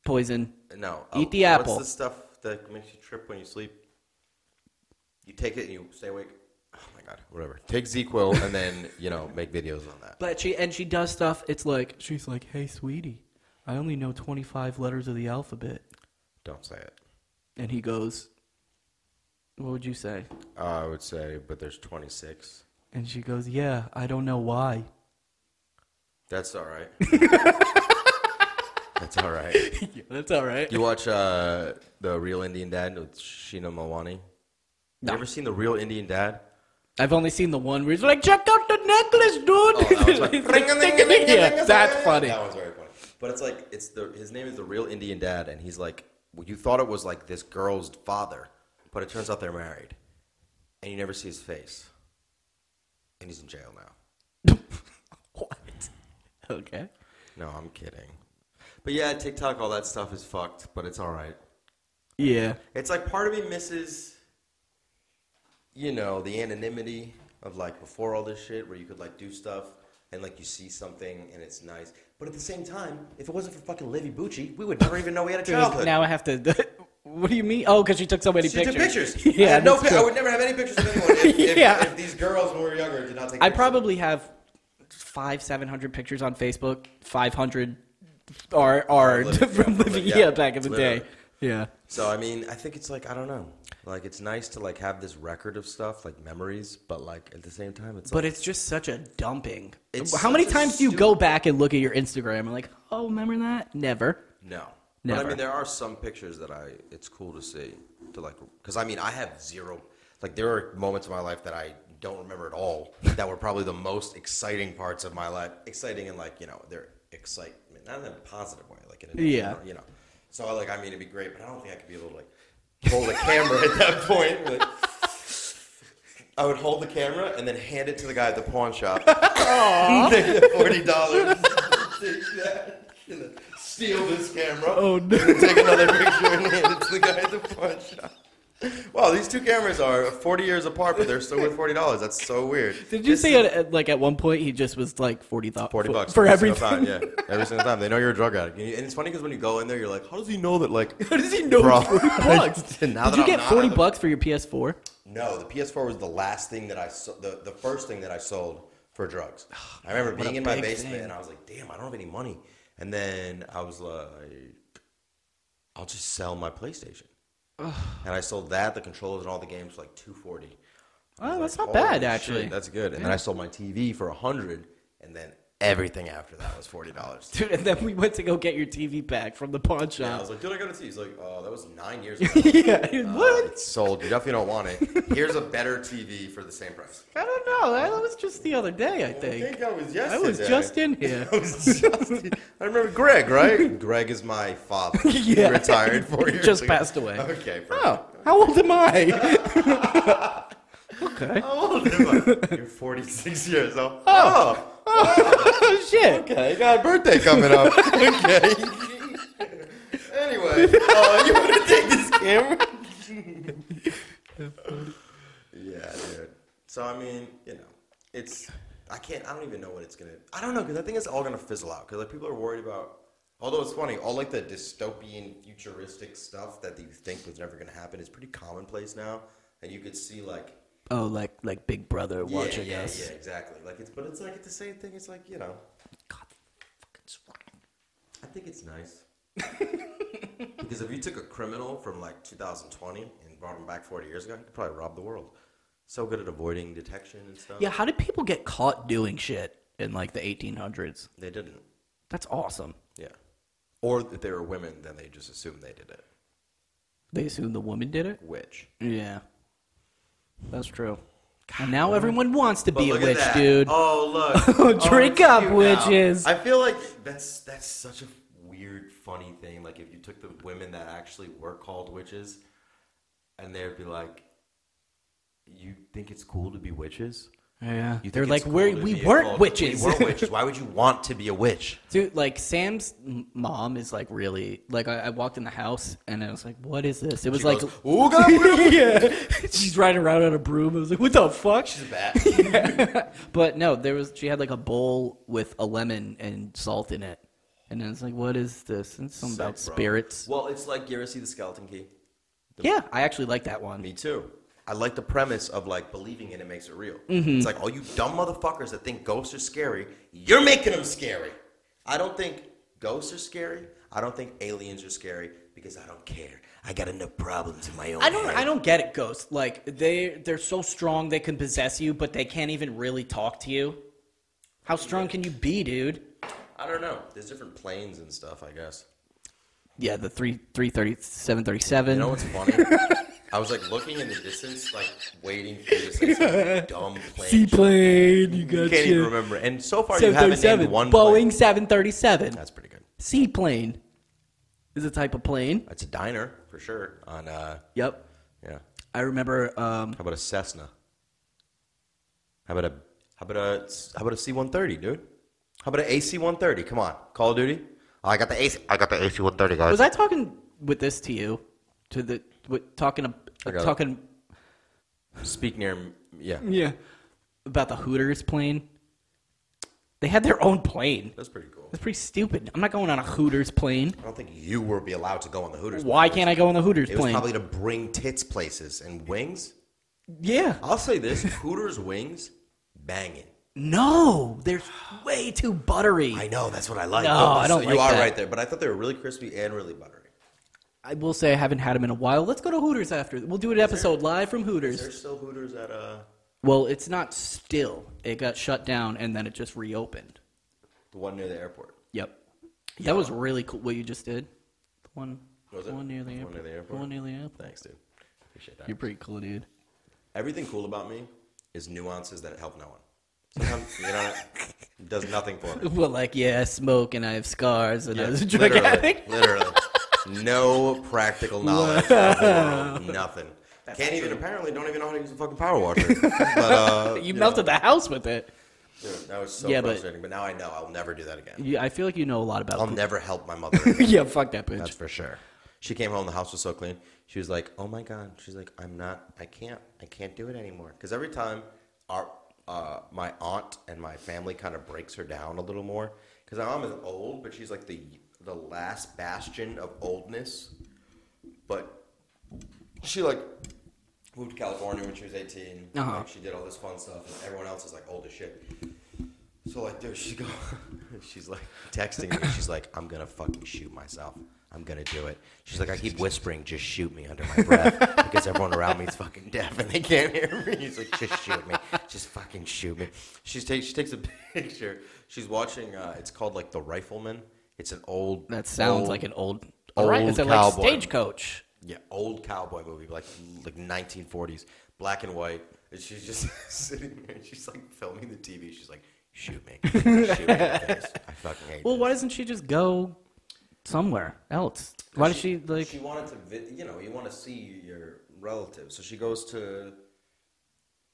Speaker 1: Poison.
Speaker 2: No. Oh,
Speaker 1: Eat the apple.
Speaker 2: What's the stuff that makes you trip when you sleep? You take it and you stay awake. Oh my god, whatever. Take ZQL and then you know make videos on that.
Speaker 1: But she and she does stuff. It's like she's like, hey, sweetie, I only know 25 letters of the alphabet,
Speaker 2: Don't say it.
Speaker 1: and he goes, what would you say?
Speaker 2: Uh, I would say, but there's 26.
Speaker 1: And she goes, yeah, I don't know why.
Speaker 2: That's all right. That's all right.
Speaker 1: yeah, that's all right.
Speaker 2: You watch uh, the Real Indian Dad with Sheena Mawani.
Speaker 1: No.
Speaker 2: You ever seen the Real Indian Dad?
Speaker 1: I've only seen the one where he's like, check out the necklace, dude.
Speaker 2: that one's
Speaker 1: He's
Speaker 2: like,
Speaker 1: like, yeah, that's funny.
Speaker 2: That one's very funny. But it's like it's the his name is the real Indian dad, and he's like well, you thought it was like this girl's father, but it turns out they're married, and you never see his face, and he's in jail now.
Speaker 1: What? Okay.
Speaker 2: No, I'm kidding. But yeah, TikTok, all that stuff is fucked, but it's all right.
Speaker 1: Yeah.
Speaker 2: It's like part of me misses, you know, the anonymity of like before all this shit, where you could like do stuff and like you see something and it's nice. But at the same time, if it wasn't for fucking Livy Bucci, we would never even know we had a
Speaker 1: Dude,
Speaker 2: childhood.
Speaker 1: now I have to. What do you mean? Oh, because you took so many
Speaker 2: she
Speaker 1: pictures.
Speaker 2: took pictures.
Speaker 1: yeah.
Speaker 2: I, had no,
Speaker 1: that's
Speaker 2: pi- I
Speaker 1: true.
Speaker 2: would never have any pictures of anyone if, if,
Speaker 1: Yeah.
Speaker 2: if these girls when we were younger did not take.
Speaker 1: I
Speaker 2: pictures.
Speaker 1: probably have five, seven hundred pictures on Facebook. Five hundred are are
Speaker 2: Living,
Speaker 1: from
Speaker 2: yeah,
Speaker 1: living
Speaker 2: yeah,
Speaker 1: yeah, back in the day.
Speaker 2: literally.
Speaker 1: Yeah.
Speaker 2: So I mean, I think it's like I don't know. Like it's nice to like have this record of stuff, like memories, but like at the same time, it's like,
Speaker 1: But it's just such a dumping.
Speaker 2: It's
Speaker 1: How many
Speaker 2: such a
Speaker 1: times do you go back and look at your Instagram and like, oh, remember that? Never.
Speaker 2: No. But
Speaker 1: Never.
Speaker 2: I mean, there are some pictures that I, it's cool to see. To like, because I mean, I have zero, like, there are moments in my life that I don't remember at all that were probably the most exciting parts of my life. Exciting and like, you know, their excitement, not in a positive way, like in a,
Speaker 1: Yeah.
Speaker 2: you know. So, I like, I mean, it'd be great, but I don't think I could be able to, like, hold a camera at that point. like, I would hold the camera and then hand it to the guy at the pawn shop. Take the forty dollars. Take that. And then steal this camera.
Speaker 1: Oh, no.
Speaker 2: And then take another picture and hand it to the guy at the pawn shop. Wow, these two cameras are forty years apart, but they're still worth forty dollars. That's so weird.
Speaker 1: Did you
Speaker 2: This
Speaker 1: see
Speaker 2: is-
Speaker 1: it? At, like at one point, he just was like forty thou-
Speaker 2: Forty
Speaker 1: for-
Speaker 2: bucks
Speaker 1: for
Speaker 2: every single
Speaker 1: everything.
Speaker 2: time. Yeah, every single time. They know you're a drug addict, and you- and it's funny because when you go in there, you're like, "How does he know that?" Like,
Speaker 1: How does he know
Speaker 2: Bro,
Speaker 1: it's forty bucks?
Speaker 2: now that
Speaker 1: Did you
Speaker 2: I'm
Speaker 1: get
Speaker 2: not
Speaker 1: forty
Speaker 2: on the-
Speaker 1: bucks for your PS4?
Speaker 2: No, the PS4 was the last thing that I so- the the first thing that I sold for drugs. I remember being
Speaker 1: a
Speaker 2: in my
Speaker 1: big
Speaker 2: basement
Speaker 1: thing.
Speaker 2: and I was like, "Damn, I don't have any money." And then I was like, "I'll just sell my PlayStation." and I sold that, the controllers, and all the games for like two forty.
Speaker 1: Oh, that's not bad actually.
Speaker 2: That's good. And then I sold my TV for a hundred, and then everything after that was forty dollars.
Speaker 1: Dude, and then we went to go get your TV back from the pawn
Speaker 2: I
Speaker 1: shop.
Speaker 2: was like, "Dude, I got a TV." He's like, "Oh, that was nine years ago."
Speaker 1: Yeah, dude, what?
Speaker 2: It's sold. You definitely don't want it. Here's a better TV for the same price.
Speaker 1: I don't know. That was just the other day, I
Speaker 2: I
Speaker 1: think.
Speaker 2: think I was
Speaker 1: I
Speaker 2: yesterday.
Speaker 1: was just in here.
Speaker 2: I was just. in- I remember Greg, right? Greg is my father.
Speaker 1: Yeah.
Speaker 2: He retired four
Speaker 1: He
Speaker 2: years
Speaker 1: just
Speaker 2: ago.
Speaker 1: passed away.
Speaker 2: Okay. Perfect.
Speaker 1: Oh, how old am I? okay.
Speaker 2: How old am I? You're 46 years old. Oh.
Speaker 1: Oh shit.
Speaker 2: Okay. You got a birthday coming up. okay. anyway, uh, you want to take this camera? yeah, dude. So I mean, you know, it's I can't. I don't even know what it's gonna. I don't know because I think it's all gonna fizzle out because like people are worried about. Although it's funny, all like the dystopian, futuristic stuff that you think was never gonna happen is pretty commonplace now, and you could see like
Speaker 1: Oh, like like Big Brother
Speaker 2: yeah,
Speaker 1: watching
Speaker 2: yeah,
Speaker 1: us.
Speaker 2: yeah, exactly. Like it's, but it's like it's the same thing. It's like you know,
Speaker 1: God, fucking swine.
Speaker 2: I think it's nice. because if you took a criminal from like 2020 and brought him back 40 years ago, he could probably rob the world. So good at avoiding detection and stuff.
Speaker 1: Yeah, how did people get caught doing shit in like the 1800s?
Speaker 2: They didn't.
Speaker 1: That's awesome.
Speaker 2: Yeah. Or that they were women, then they just assumed they did it.
Speaker 1: They assume the woman did it.
Speaker 2: Which.
Speaker 1: Yeah, that's true. And now everyone wants to
Speaker 2: But
Speaker 1: be a
Speaker 2: look at
Speaker 1: witch,
Speaker 2: that.
Speaker 1: dude.
Speaker 2: Oh look.
Speaker 1: Drink
Speaker 2: it's
Speaker 1: up,
Speaker 2: cute now.
Speaker 1: witches.
Speaker 2: I feel like that's that's such a weird, funny thing. Like if you took the women that actually were called witches, and they'd be like, "You think it's cool to be witches?"
Speaker 1: Yeah,
Speaker 2: You think
Speaker 1: they're
Speaker 2: it's
Speaker 1: like,
Speaker 2: cool
Speaker 1: we're,
Speaker 2: to
Speaker 1: we
Speaker 2: be a
Speaker 1: weren't
Speaker 2: cult-
Speaker 1: witches.
Speaker 2: We weren't witches. Why would you want to be a witch?
Speaker 1: Dude, like Sam's m- mom is like really like I, I walked in the house and I was like, "What is this?" It was
Speaker 2: She
Speaker 1: like,
Speaker 2: goes, "Ooga booga."
Speaker 1: yeah, she's riding around on a broom. I was like, "What the fuck?"
Speaker 2: She's a bat.
Speaker 1: But no, there was she had like a bowl with a lemon and salt in it, and then it's like, "What is this?" And it's something about
Speaker 2: Suck, bro.
Speaker 1: spirits.
Speaker 2: Well, it's like you ever see the skeleton key?
Speaker 1: yeah, I actually like that one.
Speaker 2: Me too. I like the premise of like believing in it makes it real.
Speaker 1: Mm-hmm.
Speaker 2: It's like all you dumb motherfuckers that think ghosts are scary, you're making them scary. I don't think ghosts are scary. I don't think aliens are scary because I don't care. I got enough problems in my own.
Speaker 1: I don't.
Speaker 2: head.
Speaker 1: I don't get it, ghosts. Like they they're so strong they can possess you, but they can't even really talk to you. How strong can you be, dude?
Speaker 2: I don't know. There's different planes and stuff. I guess.
Speaker 1: Yeah, the three three thirty seven thirty seven.
Speaker 2: You know what's funny? I was like looking in the distance, like waiting for you to say some dumb plane. shit.
Speaker 1: Seaplane, you got
Speaker 2: You can't even remember. And so far, you haven't
Speaker 1: 737.
Speaker 2: named one
Speaker 1: Boeing
Speaker 2: plane.
Speaker 1: 737.
Speaker 2: That's pretty good.
Speaker 1: Seaplane is a type of plane.
Speaker 2: It's a diner for sure. On uh,
Speaker 1: Yep.
Speaker 2: yeah.
Speaker 1: I remember. Um,
Speaker 2: How about a Cessna? How about a how about a how about a C one thirty, dude? How about an AC one thirty? Come on, Call of Duty. Oh, I got the AC. I got the AC one thirty, guys.
Speaker 1: was I talking with this to you? To the with, talking
Speaker 2: I got it.
Speaker 1: talking
Speaker 2: Speak near. m- Yeah,
Speaker 1: yeah about the Hooters plane. They had their own plane.
Speaker 2: that's pretty cool.
Speaker 1: That's pretty stupid. I'm not going on a Hooters plane.
Speaker 2: I don't think you will be allowed to go on the Hooters.
Speaker 1: Why can't I go on the Hooters
Speaker 2: It was
Speaker 1: plane?
Speaker 2: probably to bring tits places and wings.
Speaker 1: yeah.
Speaker 2: I'll say this: Hooters wings, banging.
Speaker 1: No, they're way too buttery.
Speaker 2: I know that's what I like.
Speaker 1: No, I don't
Speaker 2: so
Speaker 1: like
Speaker 2: You are
Speaker 1: that.
Speaker 2: right there, but I thought they were really crispy and really buttery.
Speaker 1: I will say I haven't had them in a while. Let's go to Hooters after. We'll do an episode live from Hooters.
Speaker 2: There's still Hooters at uh
Speaker 1: Well, it's not still. It got shut down and then it just reopened.
Speaker 2: the one near the airport.
Speaker 1: Yep. That was really cool what you just did. The one,
Speaker 2: Was
Speaker 1: the
Speaker 2: it?
Speaker 1: one near the
Speaker 2: The
Speaker 1: airport.
Speaker 2: one near the airport?
Speaker 1: one near the airport.
Speaker 2: Thanks, dude. Appreciate that.
Speaker 1: You're pretty cool, dude.
Speaker 2: Everything cool about me is nuances that help no one. Sometimes, you know, it does nothing for me.
Speaker 1: Well, like, yeah, I smoke and I have scars and I was a drug
Speaker 2: literally,
Speaker 1: addict.
Speaker 2: literally. No practical knowledge of the world. Nothing. Can't even, apparently, don't even know how to use a fucking power washer. but, uh,
Speaker 1: You melted the house with it.
Speaker 2: dude, that was so
Speaker 1: Yeah, but-
Speaker 2: frustrating. But, now I know I'll never do that again.
Speaker 1: You, I feel like you know a lot about
Speaker 2: I'll
Speaker 1: poop.
Speaker 2: never help my mother again.
Speaker 1: Um, Yeah, fuck that bitch.
Speaker 2: That's for sure. She came home. The house was so clean. She was like, "Oh my god." She's like, "I'm not. I can't. I can't do it anymore." Because every time our uh, my aunt and my family kind of breaks her down a little more. Because my mom is old, but she's like the the last bastion of oldness. But she like moved to California when she was 18
Speaker 1: Uh-huh.
Speaker 2: Like, she did all this fun stuff, and everyone else is like old as shit. So like there she go she's like texting me. She's like, I'm gonna fucking shoot myself. I'm gonna do it. She's like, I keep whispering, just shoot me under my breath because everyone around me is fucking deaf and they can't hear me. She's like, just shoot me, just fucking shoot me. She's take, she takes a picture. She's watching. Uh, it's called like The Rifleman. It's an old.
Speaker 1: That sounds
Speaker 2: old-
Speaker 1: like an old.
Speaker 2: old
Speaker 1: right? Is it like
Speaker 2: cowboy.
Speaker 1: stagecoach?
Speaker 2: yeah, old cowboy movie, like like 1940s, black and white. And she's just sitting there, and she's like filming the TV. She's like, "Shoot me, shoot me in the face. I fucking hate."
Speaker 1: Well,
Speaker 2: this."
Speaker 1: why doesn't she just go somewhere else? Why does she like?
Speaker 2: She wanted to, vi- you know, you want to see your relatives, so she goes to.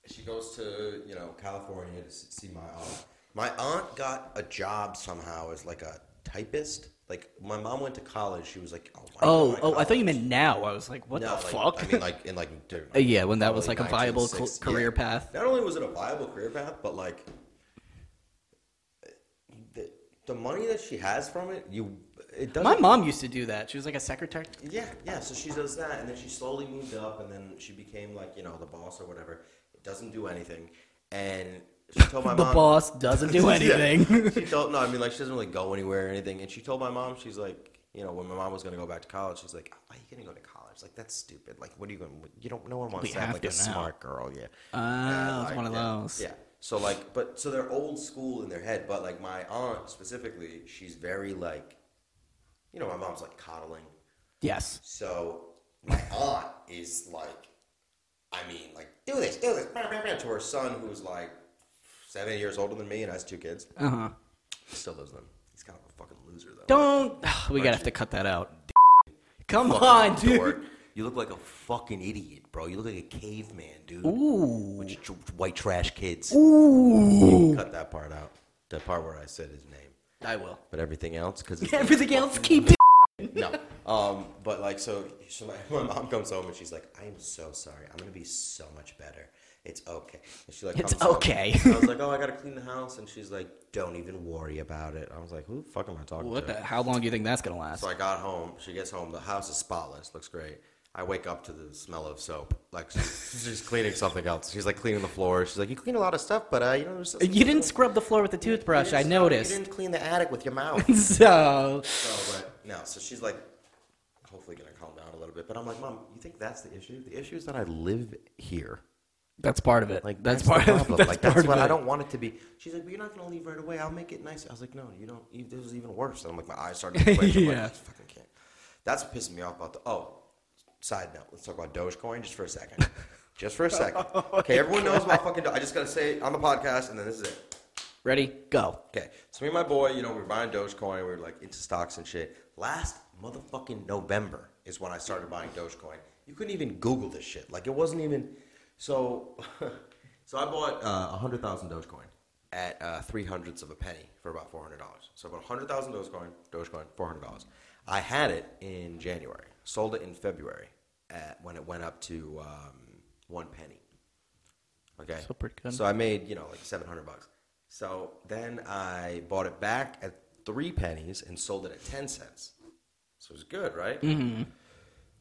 Speaker 2: She goes to you know California to s- see my aunt. My aunt got a job somehow as like a typist. Like my mom went to college, she was like, "Oh, why
Speaker 1: Oh,
Speaker 2: did go
Speaker 1: oh!
Speaker 2: to
Speaker 1: I thought you
Speaker 2: college?"
Speaker 1: meant now. I was like, what
Speaker 2: No,
Speaker 1: the
Speaker 2: like,
Speaker 1: fuck?
Speaker 2: I mean, like in like, dude,
Speaker 1: Uh, yeah, when that was,
Speaker 2: probably
Speaker 1: like, a viable
Speaker 2: 1960s,
Speaker 1: cl- career path.
Speaker 2: Not only was it a viable career path, but like the, the money that she has from it, you it doesn't.
Speaker 1: My mom used to do that. She was like a secretary.
Speaker 2: Yeah, yeah. So she does that, and then she slowly moved up, and then she became like you know the boss or whatever. It doesn't do anything, and she told my
Speaker 1: the
Speaker 2: mom
Speaker 1: boss doesn't do
Speaker 2: Yeah.
Speaker 1: anything.
Speaker 2: she told no, I mean like she doesn't really go anywhere or anything. And she told my mom, she's like, you know, when my mom was gonna go back to college, she's like, why are you gonna go to college? Like that's stupid. Like what are you going? to You don't. No one wants
Speaker 1: We
Speaker 2: to have
Speaker 1: have
Speaker 2: like
Speaker 1: to
Speaker 2: a
Speaker 1: now.
Speaker 2: smart girl. Yeah.
Speaker 1: Ah,
Speaker 2: And,
Speaker 1: it's one of
Speaker 2: yeah,
Speaker 1: those.
Speaker 2: Yeah. So like, but so they're old school in their head. But like my aunt specifically, she's very like, you know, my mom's like coddling.
Speaker 1: Yes.
Speaker 2: So my aunt is like, I mean, like do this, do this, bah, bah, bah, to her son who's like seven years older than me and has two kids.
Speaker 1: Uh huh.
Speaker 2: Still loves them. He's kind of a fucking loser though.
Speaker 1: Don't. we gotta have to cut that out. Come
Speaker 2: Fucking
Speaker 1: on, dude.
Speaker 2: dork. You look like a fucking idiot, bro. You look like a caveman, dude.
Speaker 1: Ooh.
Speaker 2: Bunch of tr- white trash kids.
Speaker 1: Ooh.
Speaker 2: Cut that part out. The part where I said his name.
Speaker 1: I will.
Speaker 2: But everything else, because
Speaker 1: Everything else, keep it.
Speaker 2: no. Um, but like, so, so my, my mom comes home and she's like, "I am so sorry. I'm gonna be so much better. It's okay." And she like,
Speaker 1: It's
Speaker 2: comes home,
Speaker 1: okay.
Speaker 2: and I was like, "Oh, I gotta clean the house," and she's like, "Don't even worry about it." I was like, "Who the fuck am I talking
Speaker 1: What
Speaker 2: to?"
Speaker 1: the? How long do you think that's gonna last?
Speaker 2: So I got home. She gets home. The house is spotless. Looks great. I wake up to the smell of soap. Like she's she's cleaning something else. She's like cleaning the floor. She's like, "You clean a lot of stuff, but uh, you know." There's
Speaker 1: You didn't scrub the floor with a toothbrush. I
Speaker 2: You
Speaker 1: noticed.
Speaker 2: didn't clean the attic with your mouth.
Speaker 1: So
Speaker 2: So, but no, so she's like, hopefully gonna calm down a little bit. But I'm like, Mom, you think that's the issue? The issue is that I live here.
Speaker 1: that's part of it.
Speaker 2: Like
Speaker 1: that's,
Speaker 2: the
Speaker 1: part of
Speaker 2: problem.
Speaker 1: that's
Speaker 2: like
Speaker 1: part
Speaker 2: that's
Speaker 1: of
Speaker 2: what
Speaker 1: it.
Speaker 2: I don't want it to be. She's like, but you're not gonna leave right away. I'll make it nice. I was like, no, you don't. You, this is even worse. And I'm like, my eyes started. To yeah. I'm like,
Speaker 1: Yeah.
Speaker 2: I fucking can't. That's what pissing me off about the. Oh, side note. Let's talk about Dogecoin just for a second. just for a second. Okay, everyone knows about fucking. Do- I just gotta say it on the podcast, and then this is it.
Speaker 1: Ready? Go.
Speaker 2: Okay, so me and my boy, you know, we were buying Dogecoin. We were like into stocks and shit. Last motherfucking November is when I started buying Dogecoin. You couldn't even Google this shit. Like it wasn't even. So, so I bought uh, hundred thousand Dogecoin at uh, three hundredths of a penny for about four hundred dollars. So about hundred thousand Dogecoin, Dogecoin, four hundred dollars. I had it in January. Sold it in February at when it went up to um, one penny. Okay.
Speaker 1: So pretty good.
Speaker 2: So I made, you know, like 700 bucks. So then I bought it back at three pennies and sold it at 10 cents. So it was good, right? Mm-hmm.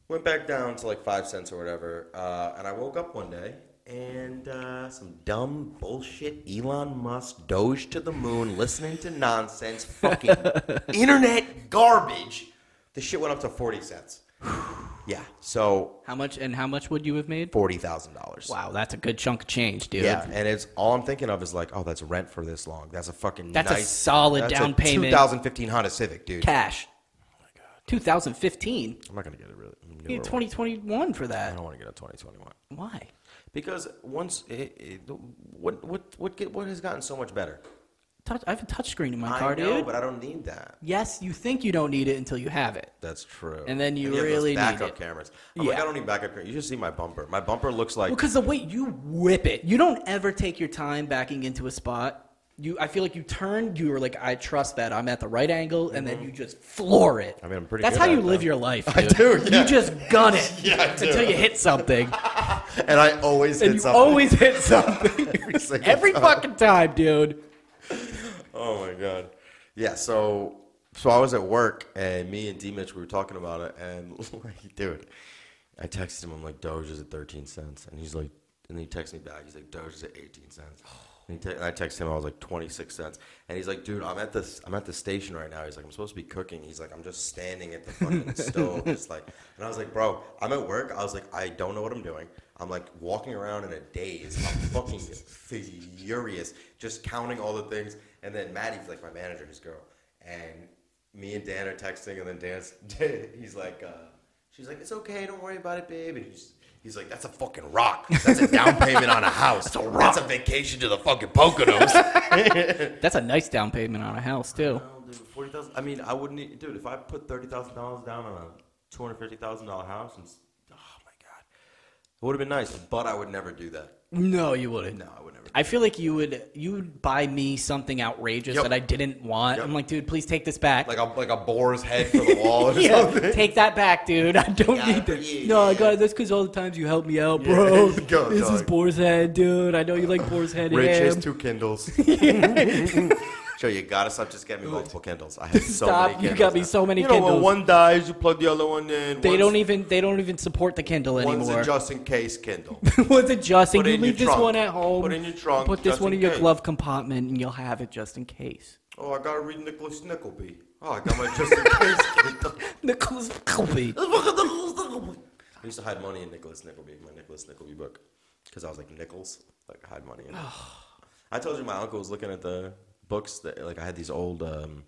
Speaker 2: Went back down to like five cents or whatever. Uh, and I woke up one day and uh, some dumb bullshit Elon Musk doge to the moon listening to nonsense fucking internet garbage. The shit went up to 40 cents. yeah. So
Speaker 1: How much? And how much would you have made?
Speaker 2: $40,000.
Speaker 1: Wow, that's a good chunk of change, dude.
Speaker 2: Yeah, and it's all I'm thinking of is like, oh, that's rent for this long. That's a fucking
Speaker 1: That's a
Speaker 2: nice-
Speaker 1: solid
Speaker 2: that's
Speaker 1: down
Speaker 2: a
Speaker 1: payment.
Speaker 2: 2015 Honda Civic, dude.
Speaker 1: Cash. 2015.
Speaker 2: I'm not gonna get it really. I'm
Speaker 1: You
Speaker 2: newer
Speaker 1: need 2021 for
Speaker 2: one. I
Speaker 1: that.
Speaker 2: don't want to get a 2021
Speaker 1: Why?
Speaker 2: because once it, it, what what what get, what has gotten so much better?
Speaker 1: Touch, I have a touchscreen in my
Speaker 2: I
Speaker 1: car,
Speaker 2: know,
Speaker 1: dude.
Speaker 2: but I don't need that.
Speaker 1: Yes, you think you don't need it until you have it.
Speaker 2: That's true.
Speaker 1: And then you
Speaker 2: have those
Speaker 1: really need
Speaker 2: backup
Speaker 1: it.
Speaker 2: cameras. I'm like,
Speaker 1: Yeah.
Speaker 2: I don't need backup cameras. You should see my bumper. My bumper looks like
Speaker 1: Because the way you whip it, you don't ever take your time backing into a spot. You, I feel like you turn. You were like, I trust that I'm at the right angle, and then you just floor it.
Speaker 2: I mean, I'm pretty
Speaker 1: That's
Speaker 2: good
Speaker 1: how
Speaker 2: at
Speaker 1: you
Speaker 2: it,
Speaker 1: live
Speaker 2: though.
Speaker 1: your life. Dude.
Speaker 2: I do, yeah.
Speaker 1: You just gun it
Speaker 2: Yeah, I do.
Speaker 1: until you hit something,
Speaker 2: and I always
Speaker 1: and
Speaker 2: hit
Speaker 1: you
Speaker 2: something.
Speaker 1: always hit something
Speaker 2: Every single
Speaker 1: every
Speaker 2: time.
Speaker 1: fucking time, dude.
Speaker 2: Oh my god. Yeah, so so I was at work and me and D Mitch we were talking about it and like, dude, I texted him, I'm like, Doge is at thirteen cents and he's like and he texts me back, he's like, Doge is at eighteen cents. And, he te- and I text him, I was like twenty six cents, and he's like, "Dude, I'm at this, I'm at the station right now." He's like, "I'm supposed to be cooking." He's like, "I'm just standing at the fucking stove, just like." And I was like, "Bro, I'm at work." I was like, "I don't know what I'm doing. I'm like walking around in a daze. I'm fucking furious, just counting all the things." And then Maddie's like my manager, his girl, and me and Dan are texting, and then Dan's, he's like, uh, she's like, "It's okay, don't worry about it, babe." And he's, he's like, "That's a fucking rock. That's a down payment on a house. That's a rock. That's a vacation to the fucking Poconos."
Speaker 1: That's a nice down payment on a house too.
Speaker 2: Well, dude, forty thousand. I mean, I wouldn't, need, dude. If I put thirty thousand dollars down on a two hundred fifty thousand dollar house, and s- oh my god, it would have been nice. But I would never do that.
Speaker 1: No, you wouldn't.
Speaker 2: No, I would never.
Speaker 1: I feel like you would you would buy me something outrageous
Speaker 2: Yep.
Speaker 1: that I didn't want.
Speaker 2: Yep.
Speaker 1: I'm like, dude, please take this back.
Speaker 2: Like a like a boar's head for the wall or
Speaker 1: yeah,
Speaker 2: something.
Speaker 1: take that back, dude. I don't
Speaker 2: Yeah,
Speaker 1: need
Speaker 2: for
Speaker 1: this.
Speaker 2: you.
Speaker 1: No, I got this because all the times you helped me out, bro.
Speaker 2: Go,
Speaker 1: this is
Speaker 2: dog.
Speaker 1: Boar's Head, dude. I know you like Boar's Head.
Speaker 2: Rich
Speaker 1: ham.
Speaker 2: has two Kindles. Joe, you gotta stop. Just get me multiple Kindles. I have so
Speaker 1: Stop,
Speaker 2: many.
Speaker 1: you
Speaker 2: Kindles.
Speaker 1: got me so many
Speaker 2: You know, when
Speaker 1: Kindles.
Speaker 2: one dies, you plug the other one in.
Speaker 1: They
Speaker 2: one's,
Speaker 1: don't even they don't even support the Kindle
Speaker 2: One's
Speaker 1: anymore.
Speaker 2: a just in case Kindle.
Speaker 1: What's adjusting?
Speaker 2: Put it
Speaker 1: You
Speaker 2: in your
Speaker 1: leave this
Speaker 2: trunk.
Speaker 1: one at home.
Speaker 2: Put it in your trunk,
Speaker 1: Put this
Speaker 2: just
Speaker 1: one
Speaker 2: in
Speaker 1: in your
Speaker 2: case.
Speaker 1: glove compartment, and you'll have it just in case.
Speaker 2: oh, I gotta read Nicholas Nickleby. Oh, I got my just in case Kindle.
Speaker 1: Nicholas Colby.
Speaker 2: I used to hide money in Nicholas Nickleby, my Nicholas Nickleby book, because I was like nickels, like hide money in. it. I told you my uncle was looking at the books that like I had these old um,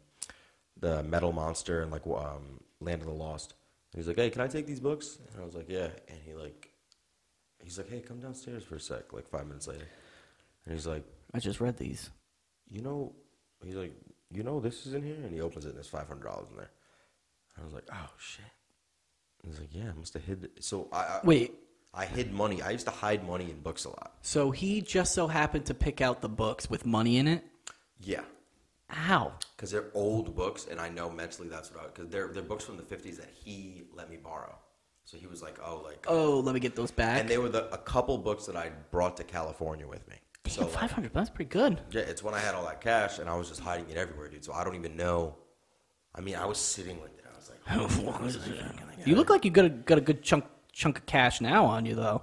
Speaker 2: the Metal Monster and like um, Land of the Lost. And he's like, "Hey, can I take these books?" And I was like, "Yeah." And he like, he's like, "Hey, come downstairs for a sec." Like five minutes later, and he's like,
Speaker 1: I just read these.
Speaker 2: you know, he's like, you know, this is in here, and he opens it, and there's five hundred dollars in there. I was like, oh shit. He's like, yeah, I must have hid. So I, I
Speaker 1: Wait,
Speaker 2: I hid money. I used to hide money in books a lot.
Speaker 1: so he just so happened to pick out the books with money in it?
Speaker 2: Yeah,
Speaker 1: How?
Speaker 2: because they're old books, and I know mentally that's what I because they're they're books from the fifties that he let me borrow. So he was like, oh, like,
Speaker 1: Oh, let me get those back.
Speaker 2: and they were the a couple books that I brought to California with me. So
Speaker 1: Damn,
Speaker 2: like,
Speaker 1: 500 bucks, pretty good.
Speaker 2: Yeah, it's when I had all that cash and I was just hiding it everywhere, dude. So I don't even know. I mean, I was sitting like that. I was like,
Speaker 1: You look like you got a, got a good chunk chunk of cash now on you, though.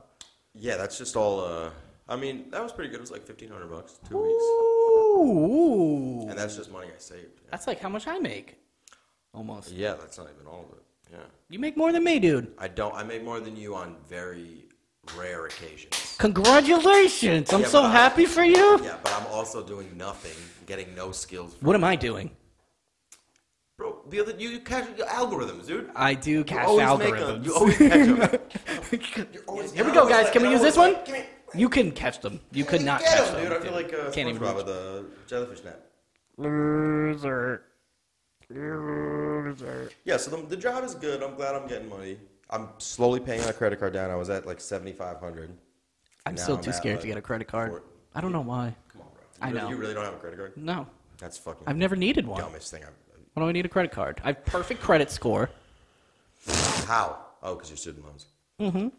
Speaker 2: yeah, that's just all. Uh, I mean, that was pretty good. It was like fifteen hundred bucks, two weeks,
Speaker 1: Ooh.
Speaker 2: and that's just money I saved.
Speaker 1: That's like how much I make. Almost.
Speaker 2: Yeah, that's not even all of it. Yeah,
Speaker 1: You make more than me, dude.
Speaker 2: I don't. I make more than you on very rare occasions.
Speaker 1: Congratulations. I'm
Speaker 2: Yeah,
Speaker 1: so
Speaker 2: but I-
Speaker 1: happy for you.
Speaker 2: Yeah, but I'm also doing nothing, getting no skills.
Speaker 1: What am I doing?
Speaker 2: Bro, the other you, you catch your algorithms, dude.
Speaker 1: I do
Speaker 2: You
Speaker 1: cash
Speaker 2: always make 'em.
Speaker 1: algorithms.
Speaker 2: You always catch them. always-
Speaker 1: Here we go, guys. Can we use this one?
Speaker 2: Give me-
Speaker 1: You couldn't catch them. You could not
Speaker 2: Get
Speaker 1: catch
Speaker 2: 'em,
Speaker 1: them.
Speaker 2: dude. I feel like uh,
Speaker 1: Can't even
Speaker 2: SpongeBob
Speaker 1: reach.
Speaker 2: with a jellyfish net.
Speaker 4: Loser. Loser.
Speaker 2: Yeah, so the, the job is good. I'm glad I'm getting money. I'm slowly paying my credit card down. I was at like 7,500.
Speaker 1: I'm
Speaker 2: Now
Speaker 1: still
Speaker 2: I'm
Speaker 1: too
Speaker 2: at,
Speaker 1: scared
Speaker 2: like,
Speaker 1: to get a credit card.
Speaker 2: four-
Speaker 1: I don't know why.
Speaker 2: Come on, bro. You
Speaker 1: I
Speaker 2: really-
Speaker 1: know.
Speaker 2: You really don't have a credit card?
Speaker 1: No,
Speaker 2: That's fucking
Speaker 1: I've never needed one.
Speaker 2: dumbest thing I've.
Speaker 1: Why do I need a credit card? I have perfect credit score
Speaker 2: How? Oh, because you're student loans.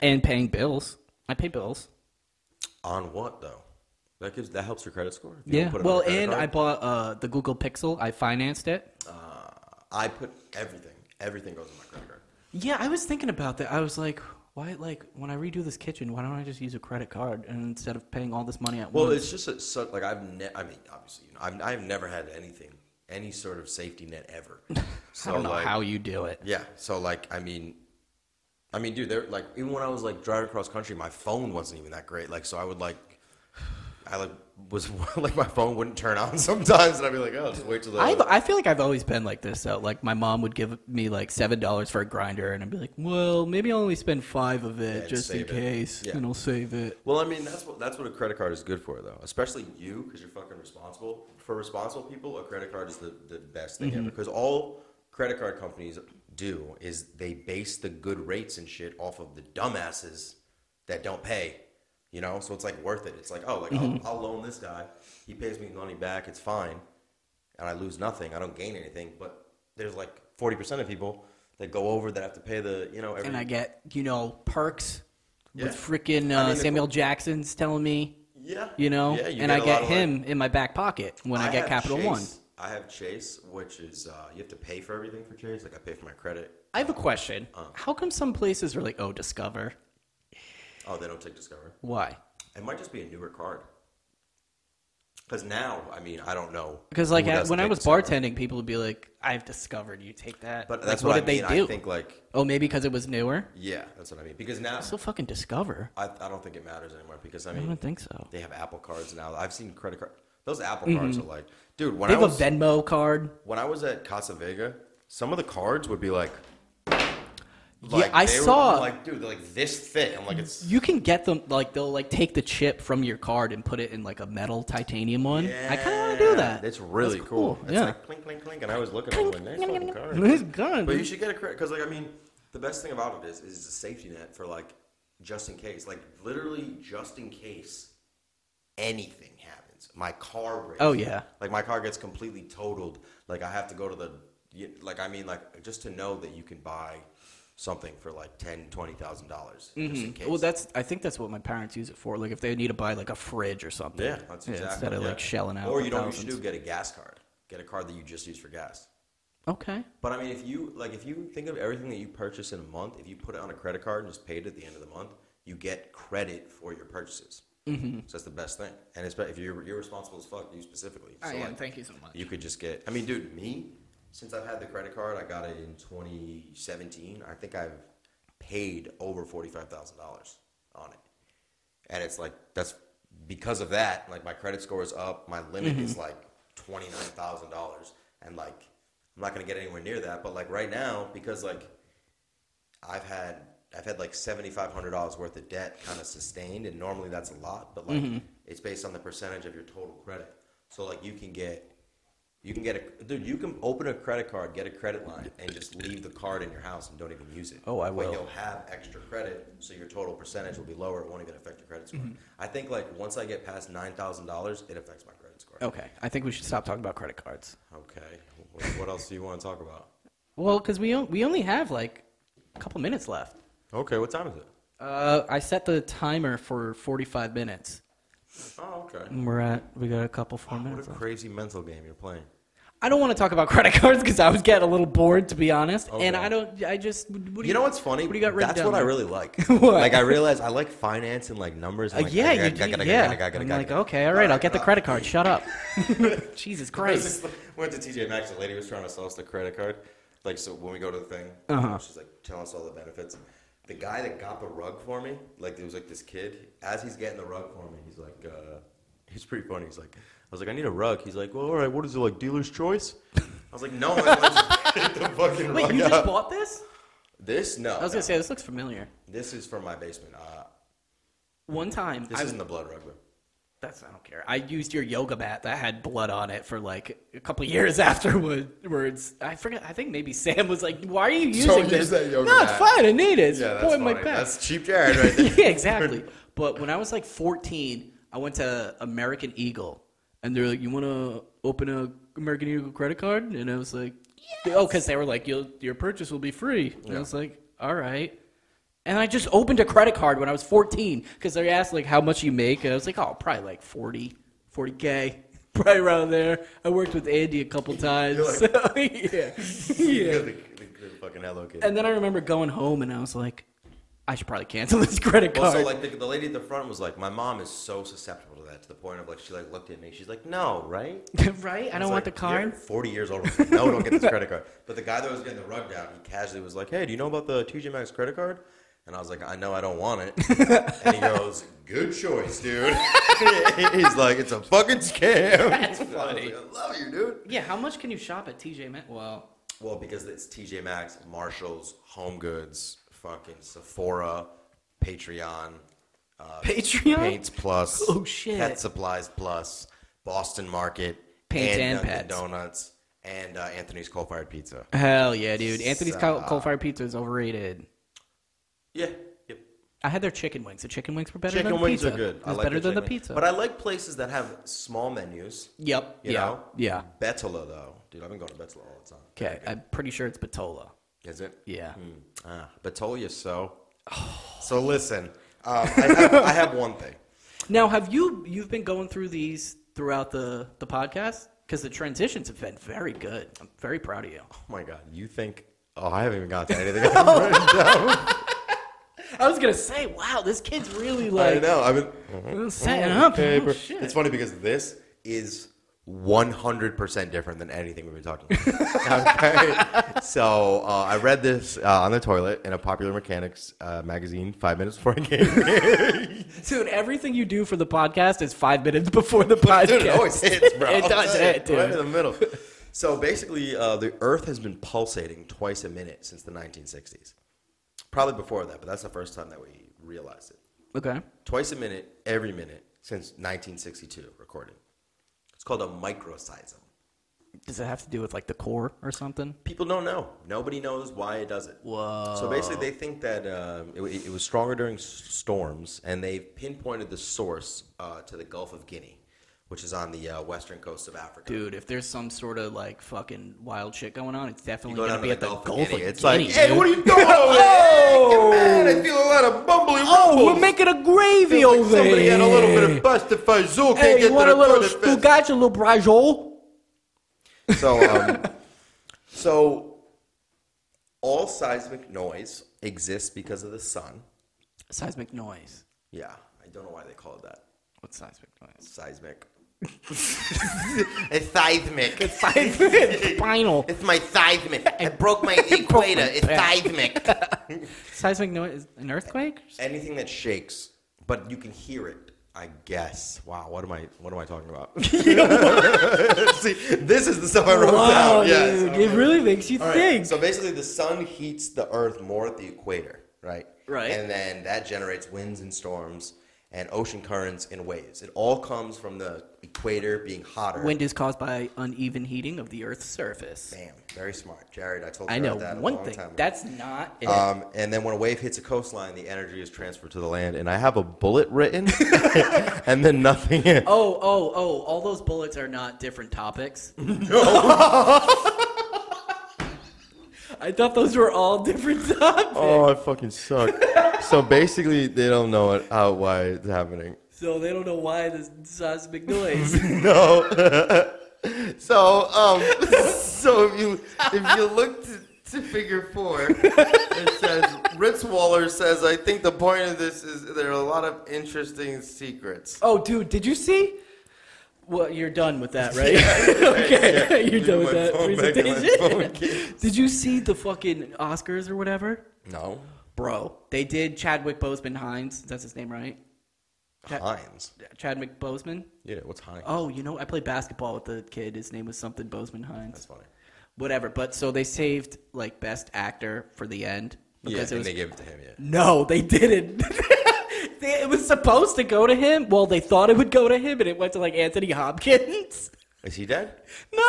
Speaker 1: and paying bills. I pay bills.
Speaker 2: On what though? That gives that helps your credit score. If you
Speaker 1: Yeah.
Speaker 2: don't put it on
Speaker 1: Well,
Speaker 2: your credit
Speaker 1: and I
Speaker 2: card. Uh,
Speaker 1: bought uh, the Google Pixel. I financed it.
Speaker 2: I put everything. Everything goes on my credit card.
Speaker 1: Yeah, I was thinking about that. I was like, why? Like when I redo this kitchen, why don't I just use a credit card and instead of paying all this money at
Speaker 2: Well,
Speaker 1: once?
Speaker 2: it's just a, so, like I've ne- I mean, obviously, you know, I've, I've never had anything, any sort of safety net ever. So,
Speaker 1: I don't know
Speaker 2: like,
Speaker 1: how you do it.
Speaker 2: Yeah. So like, I mean, I mean, dude, they're like, even when I was like driving across country, my phone wasn't even that great. Like, so I would like, I like was like my phone wouldn't turn on sometimes, and I'd be like, oh, just wait till the.
Speaker 1: I've, I feel like I've always been like this though. Like my mom would give me like seven dollars for a grinder, and I'd be like, "Well, maybe I'll only spend five of it
Speaker 2: and
Speaker 1: just in
Speaker 2: save it.
Speaker 1: case,
Speaker 2: Yeah.
Speaker 1: and I'll save it."
Speaker 2: well, I mean, that's what that's what a credit card is good for, though. Especially you, because you're fucking responsible. For responsible people, a credit card is the the best thing
Speaker 1: Mm-hmm.
Speaker 2: ever. Because all credit card companies do is they base the good rates and shit off of the dumbasses that don't pay. You know, so it's like worth it. It's like, oh, like
Speaker 1: Mm-hmm.
Speaker 2: I'll, I'll loan this guy. He pays me money back. It's fine, and I lose nothing. I don't gain anything. But there's like forty percent of people that go over that have to pay the you know every
Speaker 1: And I get you know perks
Speaker 2: Yeah.
Speaker 1: with freaking
Speaker 2: I
Speaker 1: uh,
Speaker 2: mean, the-
Speaker 1: Samuel Jackson's telling me,
Speaker 2: yeah
Speaker 1: you know,
Speaker 2: yeah, you
Speaker 1: and
Speaker 2: a
Speaker 1: I
Speaker 2: lot
Speaker 1: get
Speaker 2: of, like-
Speaker 1: him in my back pocket when I, get
Speaker 2: have
Speaker 1: Capital
Speaker 2: Chase.
Speaker 1: One.
Speaker 2: I have Chase, which is uh, you have to pay for everything for Chase. Like I pay for my credit.
Speaker 1: I have a question.
Speaker 2: Uh.
Speaker 1: How come some places are like, "Oh, Discover"?
Speaker 2: Oh, they don't take Discover.
Speaker 1: Why?
Speaker 2: It might just be a newer card. Because now, I mean, I don't know.
Speaker 1: Because like
Speaker 2: who
Speaker 1: at,
Speaker 2: doesn't
Speaker 1: when I
Speaker 2: take
Speaker 1: was
Speaker 2: Discover.
Speaker 1: bartending, people would be like, "I've discovered you take that."
Speaker 2: but
Speaker 1: Like,
Speaker 2: that's what,
Speaker 1: what,
Speaker 2: I
Speaker 1: did
Speaker 2: mean.
Speaker 1: they do?
Speaker 2: I think like
Speaker 1: oh, maybe because it was newer.
Speaker 2: yeah, that's what I mean. Because now
Speaker 1: So fucking discover.
Speaker 2: I, I don't think it matters anymore. Because I
Speaker 1: I
Speaker 2: mean,
Speaker 1: don't think so.
Speaker 2: they have Apple cards now. I've seen credit card. Those Apple cards are like, dude.
Speaker 1: Mm-hmm.
Speaker 2: When
Speaker 1: They
Speaker 2: I
Speaker 1: have
Speaker 2: was
Speaker 1: a Venmo card.
Speaker 2: when I was at Casa Vega, some of the cards would be like.
Speaker 1: I
Speaker 2: they were-
Speaker 1: saw-
Speaker 2: I'm like, dude, they're like this thick. I'm like, it's
Speaker 1: You can get them like they'll like take the chip from your card and put it in like a metal titanium one. I kind of want to do that.
Speaker 2: It's really
Speaker 1: That's
Speaker 2: cool.
Speaker 1: cool.
Speaker 2: It's
Speaker 1: Yeah.
Speaker 2: like clink, clink, clink, and I was looking at it like, nice fucking card.
Speaker 1: It's good.
Speaker 2: But you should get a credit because, like, I mean, the best thing about it is is it's a safety net for like just in case, like literally just in case anything happens. My car breaks.
Speaker 1: Oh, yeah.
Speaker 2: Like my car gets completely totaled. Like I have to go to the, you- like I mean, like just to know that you can buy something for like ten, twenty thousand dollars just in case.
Speaker 1: Mm-hmm. Well, that's I think that's what my parents use it for. Like if they need to buy like a fridge or something.
Speaker 2: yeah, that's exactly
Speaker 1: Instead of
Speaker 2: yeah.
Speaker 1: like shelling out.
Speaker 2: Or
Speaker 1: the
Speaker 2: you don't. You should
Speaker 1: thousands.
Speaker 2: do get a gas card. Get a card that you just use for gas.
Speaker 1: Okay.
Speaker 2: But I mean, if you like, if you think of everything that you purchase in a month, if you put it on a credit card and just paid it at the end of the month, you get credit for your purchases. Mm-hmm. So that's the best thing. And it's, if you're you're responsible as fuck, you specifically.
Speaker 1: Oh,
Speaker 2: So, like,
Speaker 1: Thank you so much.
Speaker 2: You could just get. I mean, dude, me since I've had the credit card, I got it in 2017. I think I've paid over forty five thousand dollars on it, and it's like that's because of that, like my credit score is up. My limit is like twenty nine thousand dollars, and like I'm not gonna get anywhere near that. But like right now, because like I've had I've had like seventy five hundred dollars worth of debt kind of sustained, and normally that's a lot, but like
Speaker 5: Mm-hmm.
Speaker 2: it's based on the percentage of your total credit. So like you can get you can get a dude. You can open a credit card, get a credit line, and just leave the card in your house and don't even use it.
Speaker 5: Oh, I
Speaker 2: But
Speaker 5: will.
Speaker 2: you'll have extra credit, so your total percentage will be lower. It won't even affect your credit score.
Speaker 5: Mm-hmm.
Speaker 2: I think like once I get past nine thousand dollars, it affects my credit score.
Speaker 5: Oh.
Speaker 1: Okay, I think we should stop talking about credit cards.
Speaker 2: Okay. What- What else do you want to talk about?
Speaker 1: Well, because we on- we only have like a couple minutes left.
Speaker 2: Okay. What time is it?
Speaker 1: Uh, I set the timer for 45 minutes.
Speaker 2: Oh, okay.
Speaker 5: Mm-hmm.
Speaker 1: And we're at we got a couple four
Speaker 2: What a
Speaker 1: minutes. left.
Speaker 2: crazy mental game you're playing.
Speaker 1: I don't want to talk about credit cards because I was getting a little bored, to be honest. And
Speaker 2: Okay.
Speaker 1: I don't. I just. What do
Speaker 2: You know what's funny?
Speaker 1: What do you got written
Speaker 2: That's
Speaker 1: down
Speaker 2: what I
Speaker 1: there?
Speaker 2: really like.
Speaker 1: What?
Speaker 2: Like I realize I like finance and like numbers.
Speaker 1: Uh,
Speaker 2: And, like,
Speaker 1: yeah,
Speaker 2: I
Speaker 1: you
Speaker 2: gotta-
Speaker 1: do.
Speaker 2: gotta-
Speaker 1: Yeah.
Speaker 2: gotta- gotta-
Speaker 1: I'm
Speaker 2: gotta-
Speaker 1: like, okay, all right, I'll get the credit card. Shut up. Jesus Christ.
Speaker 2: went to TJ Maxx. The lady was trying to sell us the credit card. Like, so when we go to the thing,
Speaker 1: Uh-huh.
Speaker 2: she's like telling us all the benefits. The guy that got the rug for me, like there was like this kid. As he's getting the rug for me, he's like, uh, he's pretty funny. He's like, I was like, I need a rug. He's like, well, all right, what is it like, dealer's choice? I was like, no, I want to pick the fucking
Speaker 1: Wait,
Speaker 2: rug
Speaker 1: you
Speaker 2: up."
Speaker 1: just bought this?
Speaker 2: this? No,
Speaker 1: I was
Speaker 2: no.
Speaker 1: gonna say this looks familiar.
Speaker 2: this is from my basement. Uh,
Speaker 1: One time,
Speaker 2: this
Speaker 1: I,
Speaker 2: isn't the blood rug room.
Speaker 1: that's I don't care. I used your yoga mat that had blood on it for like a couple years afterwards. I forget. I think maybe Sam was like, "Why are you using
Speaker 2: use
Speaker 1: this?"
Speaker 2: that yoga
Speaker 1: no, it's
Speaker 2: mat."
Speaker 1: fine. I need it. It's
Speaker 2: Yeah, that's
Speaker 1: pulling my
Speaker 2: funny.
Speaker 1: back.
Speaker 2: That's cheap Jared right there.
Speaker 1: yeah, exactly. But when I was like 14, I went to American Eagle, and they're like, "You want to open a American Eagle credit card?" And I was like, "Oh, because they were like, You'll, your purchase will be free." And I was like, "All right." And I just opened a credit card when I was 14 because they asked like how much you make, and I was like, "Oh, probably like 40, 40k." Right around there. I worked with Andy a couple times. yeah. yeah.
Speaker 2: the, the, the fucking Hello Kitty.
Speaker 1: And then I remember going home and I was like, I should probably cancel this credit
Speaker 2: Well,
Speaker 1: card.
Speaker 2: so like the, the lady at the front was like, my mom is so susceptible to that to the point of like she like looked at me. She's like, no, right?
Speaker 1: right? I
Speaker 2: It's
Speaker 1: don't want the
Speaker 2: like, you're
Speaker 1: card.
Speaker 2: Forty years old. No, don't get this credit card. But the guy that was getting the rug down, he casually was like, hey, do you know about the TJ Maxx credit card? And I was like, I know, I don't want it. and he goes, good choice, dude. He's like, it's a fucking scam. That's
Speaker 1: funny.
Speaker 2: I, love you, dude.
Speaker 1: Yeah, how much can you shop at TJ Maxx? Well,
Speaker 2: Well, because it's TJ Maxx, Marshalls, Home Goods, fucking Sephora, Patreon. Uh,
Speaker 1: Patreon?
Speaker 2: Paints Plus.
Speaker 1: Oh, shit.
Speaker 2: Pet Supplies Plus, Boston Market,
Speaker 1: Paints and
Speaker 2: Dunkin'
Speaker 1: Pets.
Speaker 2: Donuts, and uh, Anthony's Coal Fired Pizza.
Speaker 1: hell yeah, dude. Anthony's Coal
Speaker 2: Stop.
Speaker 1: Coal Fired Pizza is overrated.
Speaker 2: Yeah. Yep.
Speaker 1: I had their chicken wings. The chicken wings were better
Speaker 2: Chicken
Speaker 1: than the
Speaker 2: wings
Speaker 1: pizza.
Speaker 2: are good.
Speaker 1: It was better than the
Speaker 2: chicken wing.
Speaker 1: pizza.
Speaker 2: But I like places that have small menus.
Speaker 1: yep.
Speaker 2: You
Speaker 1: yeah.
Speaker 2: know?
Speaker 1: Yeah.
Speaker 2: Betula though, dude, I've been going to Betula all the time.
Speaker 1: Okay, I'm pretty sure it's Batola.
Speaker 2: Is it?
Speaker 1: Yeah.
Speaker 2: Ah, Batola, so. So listen, um, I, have, I have one thing.
Speaker 1: Now, have you you've been going through these throughout the the podcast? Because the transitions have been very good. I'm very proud of you.
Speaker 2: Oh my god, you think? Oh, I haven't even got to anything.
Speaker 1: Oh,
Speaker 2: I
Speaker 1: I was gonna say, wow, this kid's really like
Speaker 2: know. I've been
Speaker 1: setting up.
Speaker 2: paper.
Speaker 1: Oh, shit.
Speaker 2: It's funny because this is 100% different than anything we've been talking about. okay. So uh, I read this uh, on the toilet in a Popular Mechanics uh, magazine five minutes before I came here.
Speaker 1: Dude, everything you do for the podcast is five minutes before the podcast.
Speaker 2: Dude, it always hits, bro.
Speaker 1: It
Speaker 2: I'll
Speaker 1: does
Speaker 2: tell you,
Speaker 1: hit,
Speaker 2: Right in
Speaker 1: dude.
Speaker 2: the middle. So basically, uh, the Earth has been pulsating twice a minute since the 1960s. Probably before that, but that's the first time that we realized it.
Speaker 1: Okay.
Speaker 2: Twice a minute, every minute since 1962 recording. It's called a microseism.
Speaker 1: Does it have to do with like the core or something?
Speaker 2: People don't know. Nobody knows why it does it. Whoa. So basically, they think that um, it, it was stronger during s- storms, and they've pinpointed the source uh, to the Gulf of Guinea, which is on the uh, western coast of Africa.
Speaker 1: Dude, if there's some sort of like fucking wild shit going on, it's definitely
Speaker 2: You
Speaker 1: gonna
Speaker 2: go down
Speaker 1: be
Speaker 2: to
Speaker 1: at the Gulf of Guinea.
Speaker 2: It's like, hey,
Speaker 1: dude.
Speaker 2: what are you doing over
Speaker 1: Oh.
Speaker 2: there? Hey, get mad. I feel a lot of bumbly
Speaker 1: Oh, we're
Speaker 2: rumbles.
Speaker 1: making a gravy
Speaker 2: Feels like
Speaker 1: over there.
Speaker 2: Somebody had a little bit of Buster Fazul.
Speaker 1: Hey,
Speaker 2: can't get
Speaker 1: you want
Speaker 2: to
Speaker 1: a
Speaker 2: the
Speaker 1: little
Speaker 2: toilet fast.
Speaker 1: spugach, a little brajol?
Speaker 2: So, um, so all seismic noise exists because of the sun.
Speaker 1: Seismic noise.
Speaker 2: Yeah, I don't know why they call it that.
Speaker 1: What's seismic noise?
Speaker 2: Seismic. it's seismic. It's,
Speaker 1: Seismic spinal.
Speaker 2: my seismic. I broke my equator. it's seismic.
Speaker 1: Seismic noise. An earthquake?
Speaker 2: Anything that shakes, but you can hear it. I guess. Wow, what am I? What am I talking about? See, this is the stuff I wrote
Speaker 1: Wow,
Speaker 2: down. Yes.
Speaker 1: dude, it really makes you
Speaker 2: All right,
Speaker 1: think.
Speaker 2: So basically, the sun heats the Earth more at the equator, right?
Speaker 1: Right.
Speaker 2: And then that generates winds and storms and ocean currents and waves. It all comes from the equator being hotter.
Speaker 1: Wind is caused by uneven heating of the Earth's surface.
Speaker 2: Bam. Very smart, Jared. I told you
Speaker 1: I know
Speaker 2: about that a
Speaker 1: one
Speaker 2: long
Speaker 1: thing.
Speaker 2: time ago.
Speaker 1: That's not it.
Speaker 2: Um, and then when a wave hits a coastline, the energy is transferred to the land. And I have a bullet written, and then nothing.
Speaker 1: oh, oh, oh! All those bullets are not different topics. No. I thought those were all different topics.
Speaker 2: Oh, I fucking suck. so basically, they don't know it, how why it's happening.
Speaker 1: So they don't know why this seismic noise.
Speaker 2: No. so um, so if you if you look to, to Figure Four, it says Ritzwaller says I think the point of this is there are a lot of interesting secrets.
Speaker 1: oh, dude, did you see? Well, you're done with that, right? okay, you're done with
Speaker 2: My
Speaker 1: that
Speaker 2: phone back in my phone
Speaker 1: presentation.
Speaker 2: case.
Speaker 1: did you see the fucking Oscars or whatever?
Speaker 2: No,
Speaker 1: Bro, they did Chadwick Boseman Hines. That's his name, right? Chad-
Speaker 2: Heinz.
Speaker 1: Chadwick Boseman.
Speaker 2: Yeah, what's Heinz?
Speaker 1: Oh, you know, I played basketball with the kid. His name was something Bozeman Hines.
Speaker 2: That's funny.
Speaker 1: Whatever. But so they saved like best actor for the end
Speaker 2: Yeah,
Speaker 1: because it
Speaker 2: and
Speaker 1: was
Speaker 2: they gave it to him. Yeah.
Speaker 1: no, they didn't. They- it was supposed to go to him. Well, they thought it would go to him, and it went to like Anthony Hopkins.
Speaker 2: Is he dead?
Speaker 1: No.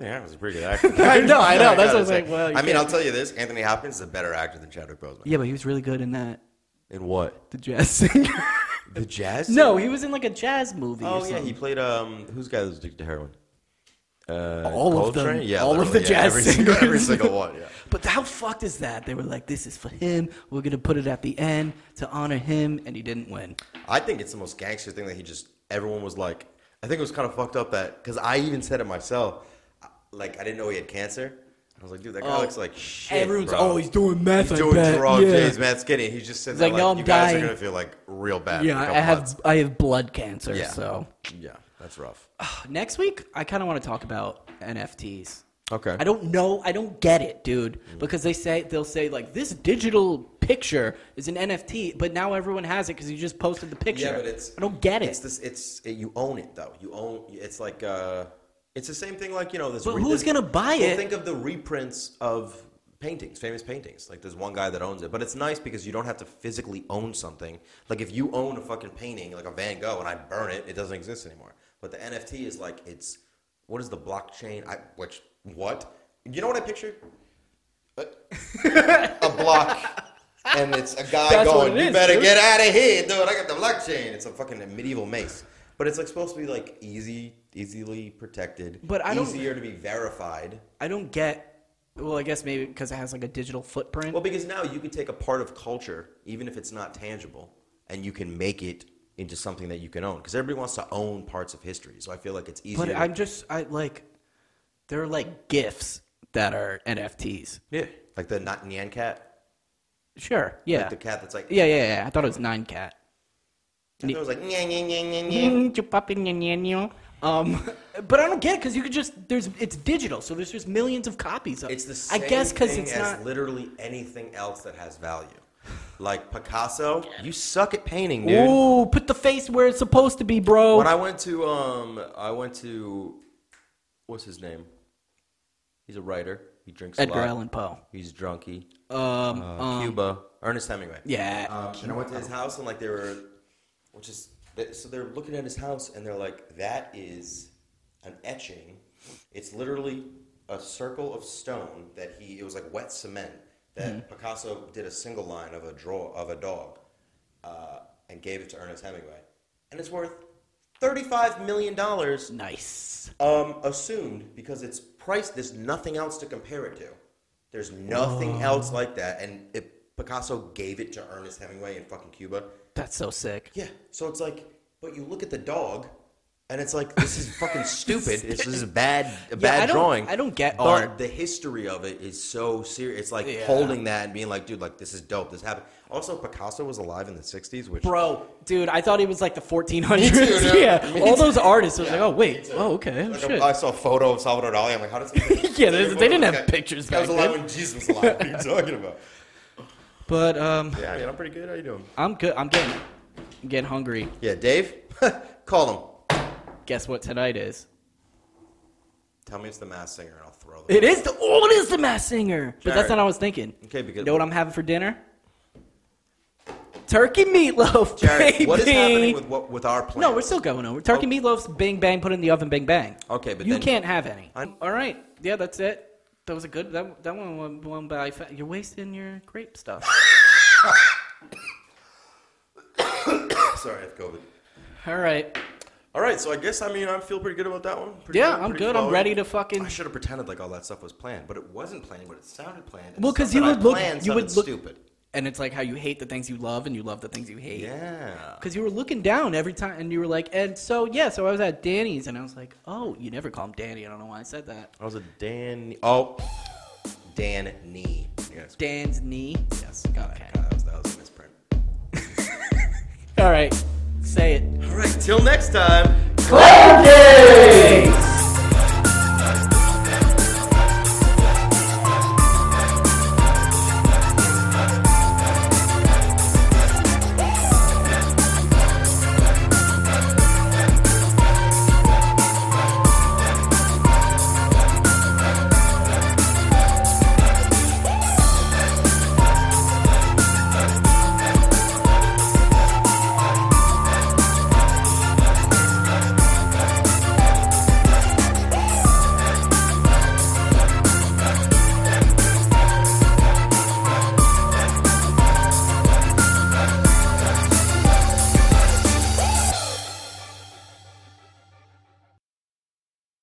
Speaker 2: Anthony Hopkins is a pretty good actor. Oh
Speaker 1: I know, I know. That's what I
Speaker 2: gotta
Speaker 1: was like,
Speaker 2: say.
Speaker 1: well, you
Speaker 2: I mean,
Speaker 1: can't-
Speaker 2: I'll tell you this: Anthony Hopkins is a better actor than Chadwick Boseman.
Speaker 1: Yeah, but he was really good in that
Speaker 2: In what?
Speaker 1: the jazz singer.
Speaker 2: The Jazz?
Speaker 1: no, he was in like a jazz movie. or
Speaker 2: Oh yeah,
Speaker 1: something.
Speaker 2: he played um. Who's the guy that was addicted to heroin? Uh,
Speaker 1: All of them.
Speaker 2: Coltrane? Yeah,
Speaker 1: All of the
Speaker 2: literally, yeah,
Speaker 1: jazz
Speaker 2: every single, every
Speaker 1: singers.
Speaker 2: single one. Yeah.
Speaker 1: But how fucked is that? They were like, "This is for him. We're gonna put it at the end to honor him," and he didn't win.
Speaker 2: I think it's the most gangster thing that he just. Everyone was like, I think it was kind of fucked up that because I even said it myself. I- Like I didn't know he had cancer. I was like, dude, that guy
Speaker 1: Oh,
Speaker 2: looks like shit.
Speaker 1: Everyone's
Speaker 2: bro.
Speaker 1: always doing meth.
Speaker 2: He's
Speaker 1: I
Speaker 2: doing
Speaker 1: bet.
Speaker 2: drugs.
Speaker 1: yeah.
Speaker 2: Yeah. He's mad skinny. He just said
Speaker 1: He's like,
Speaker 2: like,
Speaker 1: "No,
Speaker 2: like
Speaker 1: I'm
Speaker 2: you guys
Speaker 1: dying."
Speaker 2: are gonna feel like real bad.
Speaker 1: Yeah,
Speaker 2: in a
Speaker 1: I
Speaker 2: couple
Speaker 1: have
Speaker 2: months."
Speaker 1: I have blood cancer.
Speaker 2: Yeah.
Speaker 1: So
Speaker 2: Yeah, that's rough.
Speaker 1: next week, I kind of want to talk about NFTs.
Speaker 2: Okay. Mm.
Speaker 1: I don't know. I don't get it, dude. Because they say they'll say like this digital picture is an NFT, but now everyone has it because you just posted the picture.
Speaker 2: Yeah, but it's
Speaker 1: I don't get it.
Speaker 2: It's this. It's it, you own it though. You own. It's like uh, it's the same thing like you know this.
Speaker 1: But who's
Speaker 2: this-
Speaker 1: gonna buy
Speaker 2: well,
Speaker 1: it?
Speaker 2: Think of the reprints of paintings, famous paintings. Like there's one guy that owns it, but it's nice because you don't have to physically own something. Like if you own a fucking painting, like a Van Gogh, and I burn it, it doesn't exist anymore. But the NFT is like it's what is the blockchain? I which what you know what I picture? a block. And it's a guy
Speaker 1: That's what
Speaker 2: going,
Speaker 1: it
Speaker 2: you
Speaker 1: is,
Speaker 2: better
Speaker 1: dude."
Speaker 2: get out of here, dude. I got the blockchain. It's a fucking medieval mace. But it's like supposed to be like easy, easily protected.
Speaker 1: But I don't-
Speaker 2: easier to be verified.
Speaker 1: I don't get. Well, I guess maybe because it has like a digital footprint.
Speaker 2: Well, because now you can take a part of culture, even if it's not tangible, and you can make it into something that you can own. Because everybody wants to own parts of history. So I feel like it's easier.
Speaker 1: But I'm just I like there are like gifts that are NFTs.
Speaker 2: yeah. Like the not Nyan cat.
Speaker 1: Sure. Yeah.
Speaker 2: Like the cat that's like,
Speaker 1: Yeah, yeah, yeah. I thought it was nine cat.
Speaker 2: And it was like, "Nyan, nyan, nyan, nyan, nyan."
Speaker 1: Um, but I don't get it because you could just there's it's digital, so there's just millions of copies of.
Speaker 2: It's the
Speaker 1: I
Speaker 2: same
Speaker 1: guess because
Speaker 2: thing
Speaker 1: it's
Speaker 2: as
Speaker 1: not.
Speaker 2: literally anything else that has value. Like Picasso, you suck at painting, dude.
Speaker 1: Ooh, put the face where it's supposed to be, bro.
Speaker 2: When I went to um, I went to, what's his name? He's a writer. He drinks
Speaker 1: Edgar
Speaker 2: a lot.
Speaker 1: Allan Poe.
Speaker 2: He's drunky. Uh,
Speaker 1: Um, um,
Speaker 2: Cuba. Ernest Hemingway.
Speaker 1: yeah.
Speaker 2: Um, and I went to his house and like they were, which is they- so they're looking at his house and they're like, that is an etching. It's literally a circle of stone that he. It was like wet cement that Picasso did a single line of a draw of a dog, uh, and gave it to Ernest Hemingway, and it's worth thirty-five million dollars.
Speaker 1: nice.
Speaker 2: Um, assumed because it's priced. There's nothing else to compare it to. There's nothing else like that. And it, Picasso gave it to Ernest Hemingway in fucking Cuba.
Speaker 1: That's so sick.
Speaker 2: Yeah. So it's like, but you look at the dog, and it's like this is fucking stupid. This is a bad, a bad
Speaker 1: I don't-
Speaker 2: drawing.
Speaker 1: I don't get
Speaker 2: but
Speaker 1: art.
Speaker 2: The history of it is so serious. It's like
Speaker 1: Yeah.
Speaker 2: holding that and being like, dude, like this is dope. This happened. Also, Picasso was alive in the '60s, which
Speaker 1: Bro, dude, I thought he was like the 1400s.
Speaker 2: Me too,
Speaker 1: yeah,
Speaker 2: dude. Me
Speaker 1: all
Speaker 2: too.
Speaker 1: those artists. I was like, oh
Speaker 2: Me
Speaker 1: wait,
Speaker 2: too.
Speaker 1: oh okay, oh,
Speaker 2: Like,
Speaker 1: shit.
Speaker 2: I saw a photo of Salvador Dali. I'm like, how does?
Speaker 1: Yeah, they- they didn't have pictures
Speaker 2: That was
Speaker 1: back
Speaker 2: alive
Speaker 1: then.
Speaker 2: when Jesus was alive. What are you talking about?
Speaker 1: But um,
Speaker 2: Yeah, man, I'm pretty good. How you doing?
Speaker 1: I'm good. I'm getting. it. get hungry.
Speaker 2: Yeah, Dave, call him.
Speaker 1: Guess what tonight is?
Speaker 2: Tell me it's the mass singer, and I'll throw them.
Speaker 1: It is the oh, it is the Mass Singer. But that's
Speaker 2: Jared.
Speaker 1: not what I was thinking.
Speaker 2: Okay, because-
Speaker 1: you know what I'm having for dinner? Turkey meatloaf,
Speaker 2: Jared,
Speaker 1: baby.
Speaker 2: what is happening with what, with our plan?
Speaker 1: no, we're still going over turkey meatloaf's Bing bang, put in the oven, bing bang.
Speaker 2: Okay, but
Speaker 1: you
Speaker 2: then-
Speaker 1: can't have any.
Speaker 2: I'm-
Speaker 1: All right, yeah, that's it. That was a good. That that one won, won by. Fa- you're wasting your grape stuff.
Speaker 2: Sorry, I have COVID.
Speaker 1: All right,
Speaker 2: All right, so I guess I mean I feel pretty good about that one. Pretty
Speaker 1: yeah,
Speaker 2: good,
Speaker 1: I'm
Speaker 2: pretty
Speaker 1: good. I'm
Speaker 2: flowing.
Speaker 1: ready to fucking.
Speaker 2: I should have pretended like all that stuff was planned, but it wasn't planned. But it sounded planned. and
Speaker 1: Well,
Speaker 2: the
Speaker 1: 'cause
Speaker 2: stuff
Speaker 1: you
Speaker 2: that I
Speaker 1: would look-
Speaker 2: planned
Speaker 1: you would
Speaker 2: sounded
Speaker 1: look-
Speaker 2: stupid.
Speaker 1: And it's like how you hate the things you love and you love the things you hate.
Speaker 2: Yeah.
Speaker 1: Because you were looking down every time, and you were like, and so yeah, so I was at Danny's, and I was like, oh, you never call him Danny. I don't know why I said that.
Speaker 2: I was a Dan. Oh, Dan knee. Yes.
Speaker 1: Dan's knee. Yes, got okay.
Speaker 2: God, that, was, that was a misprint.
Speaker 1: All right, say it.
Speaker 2: All right, till next time.
Speaker 1: Clam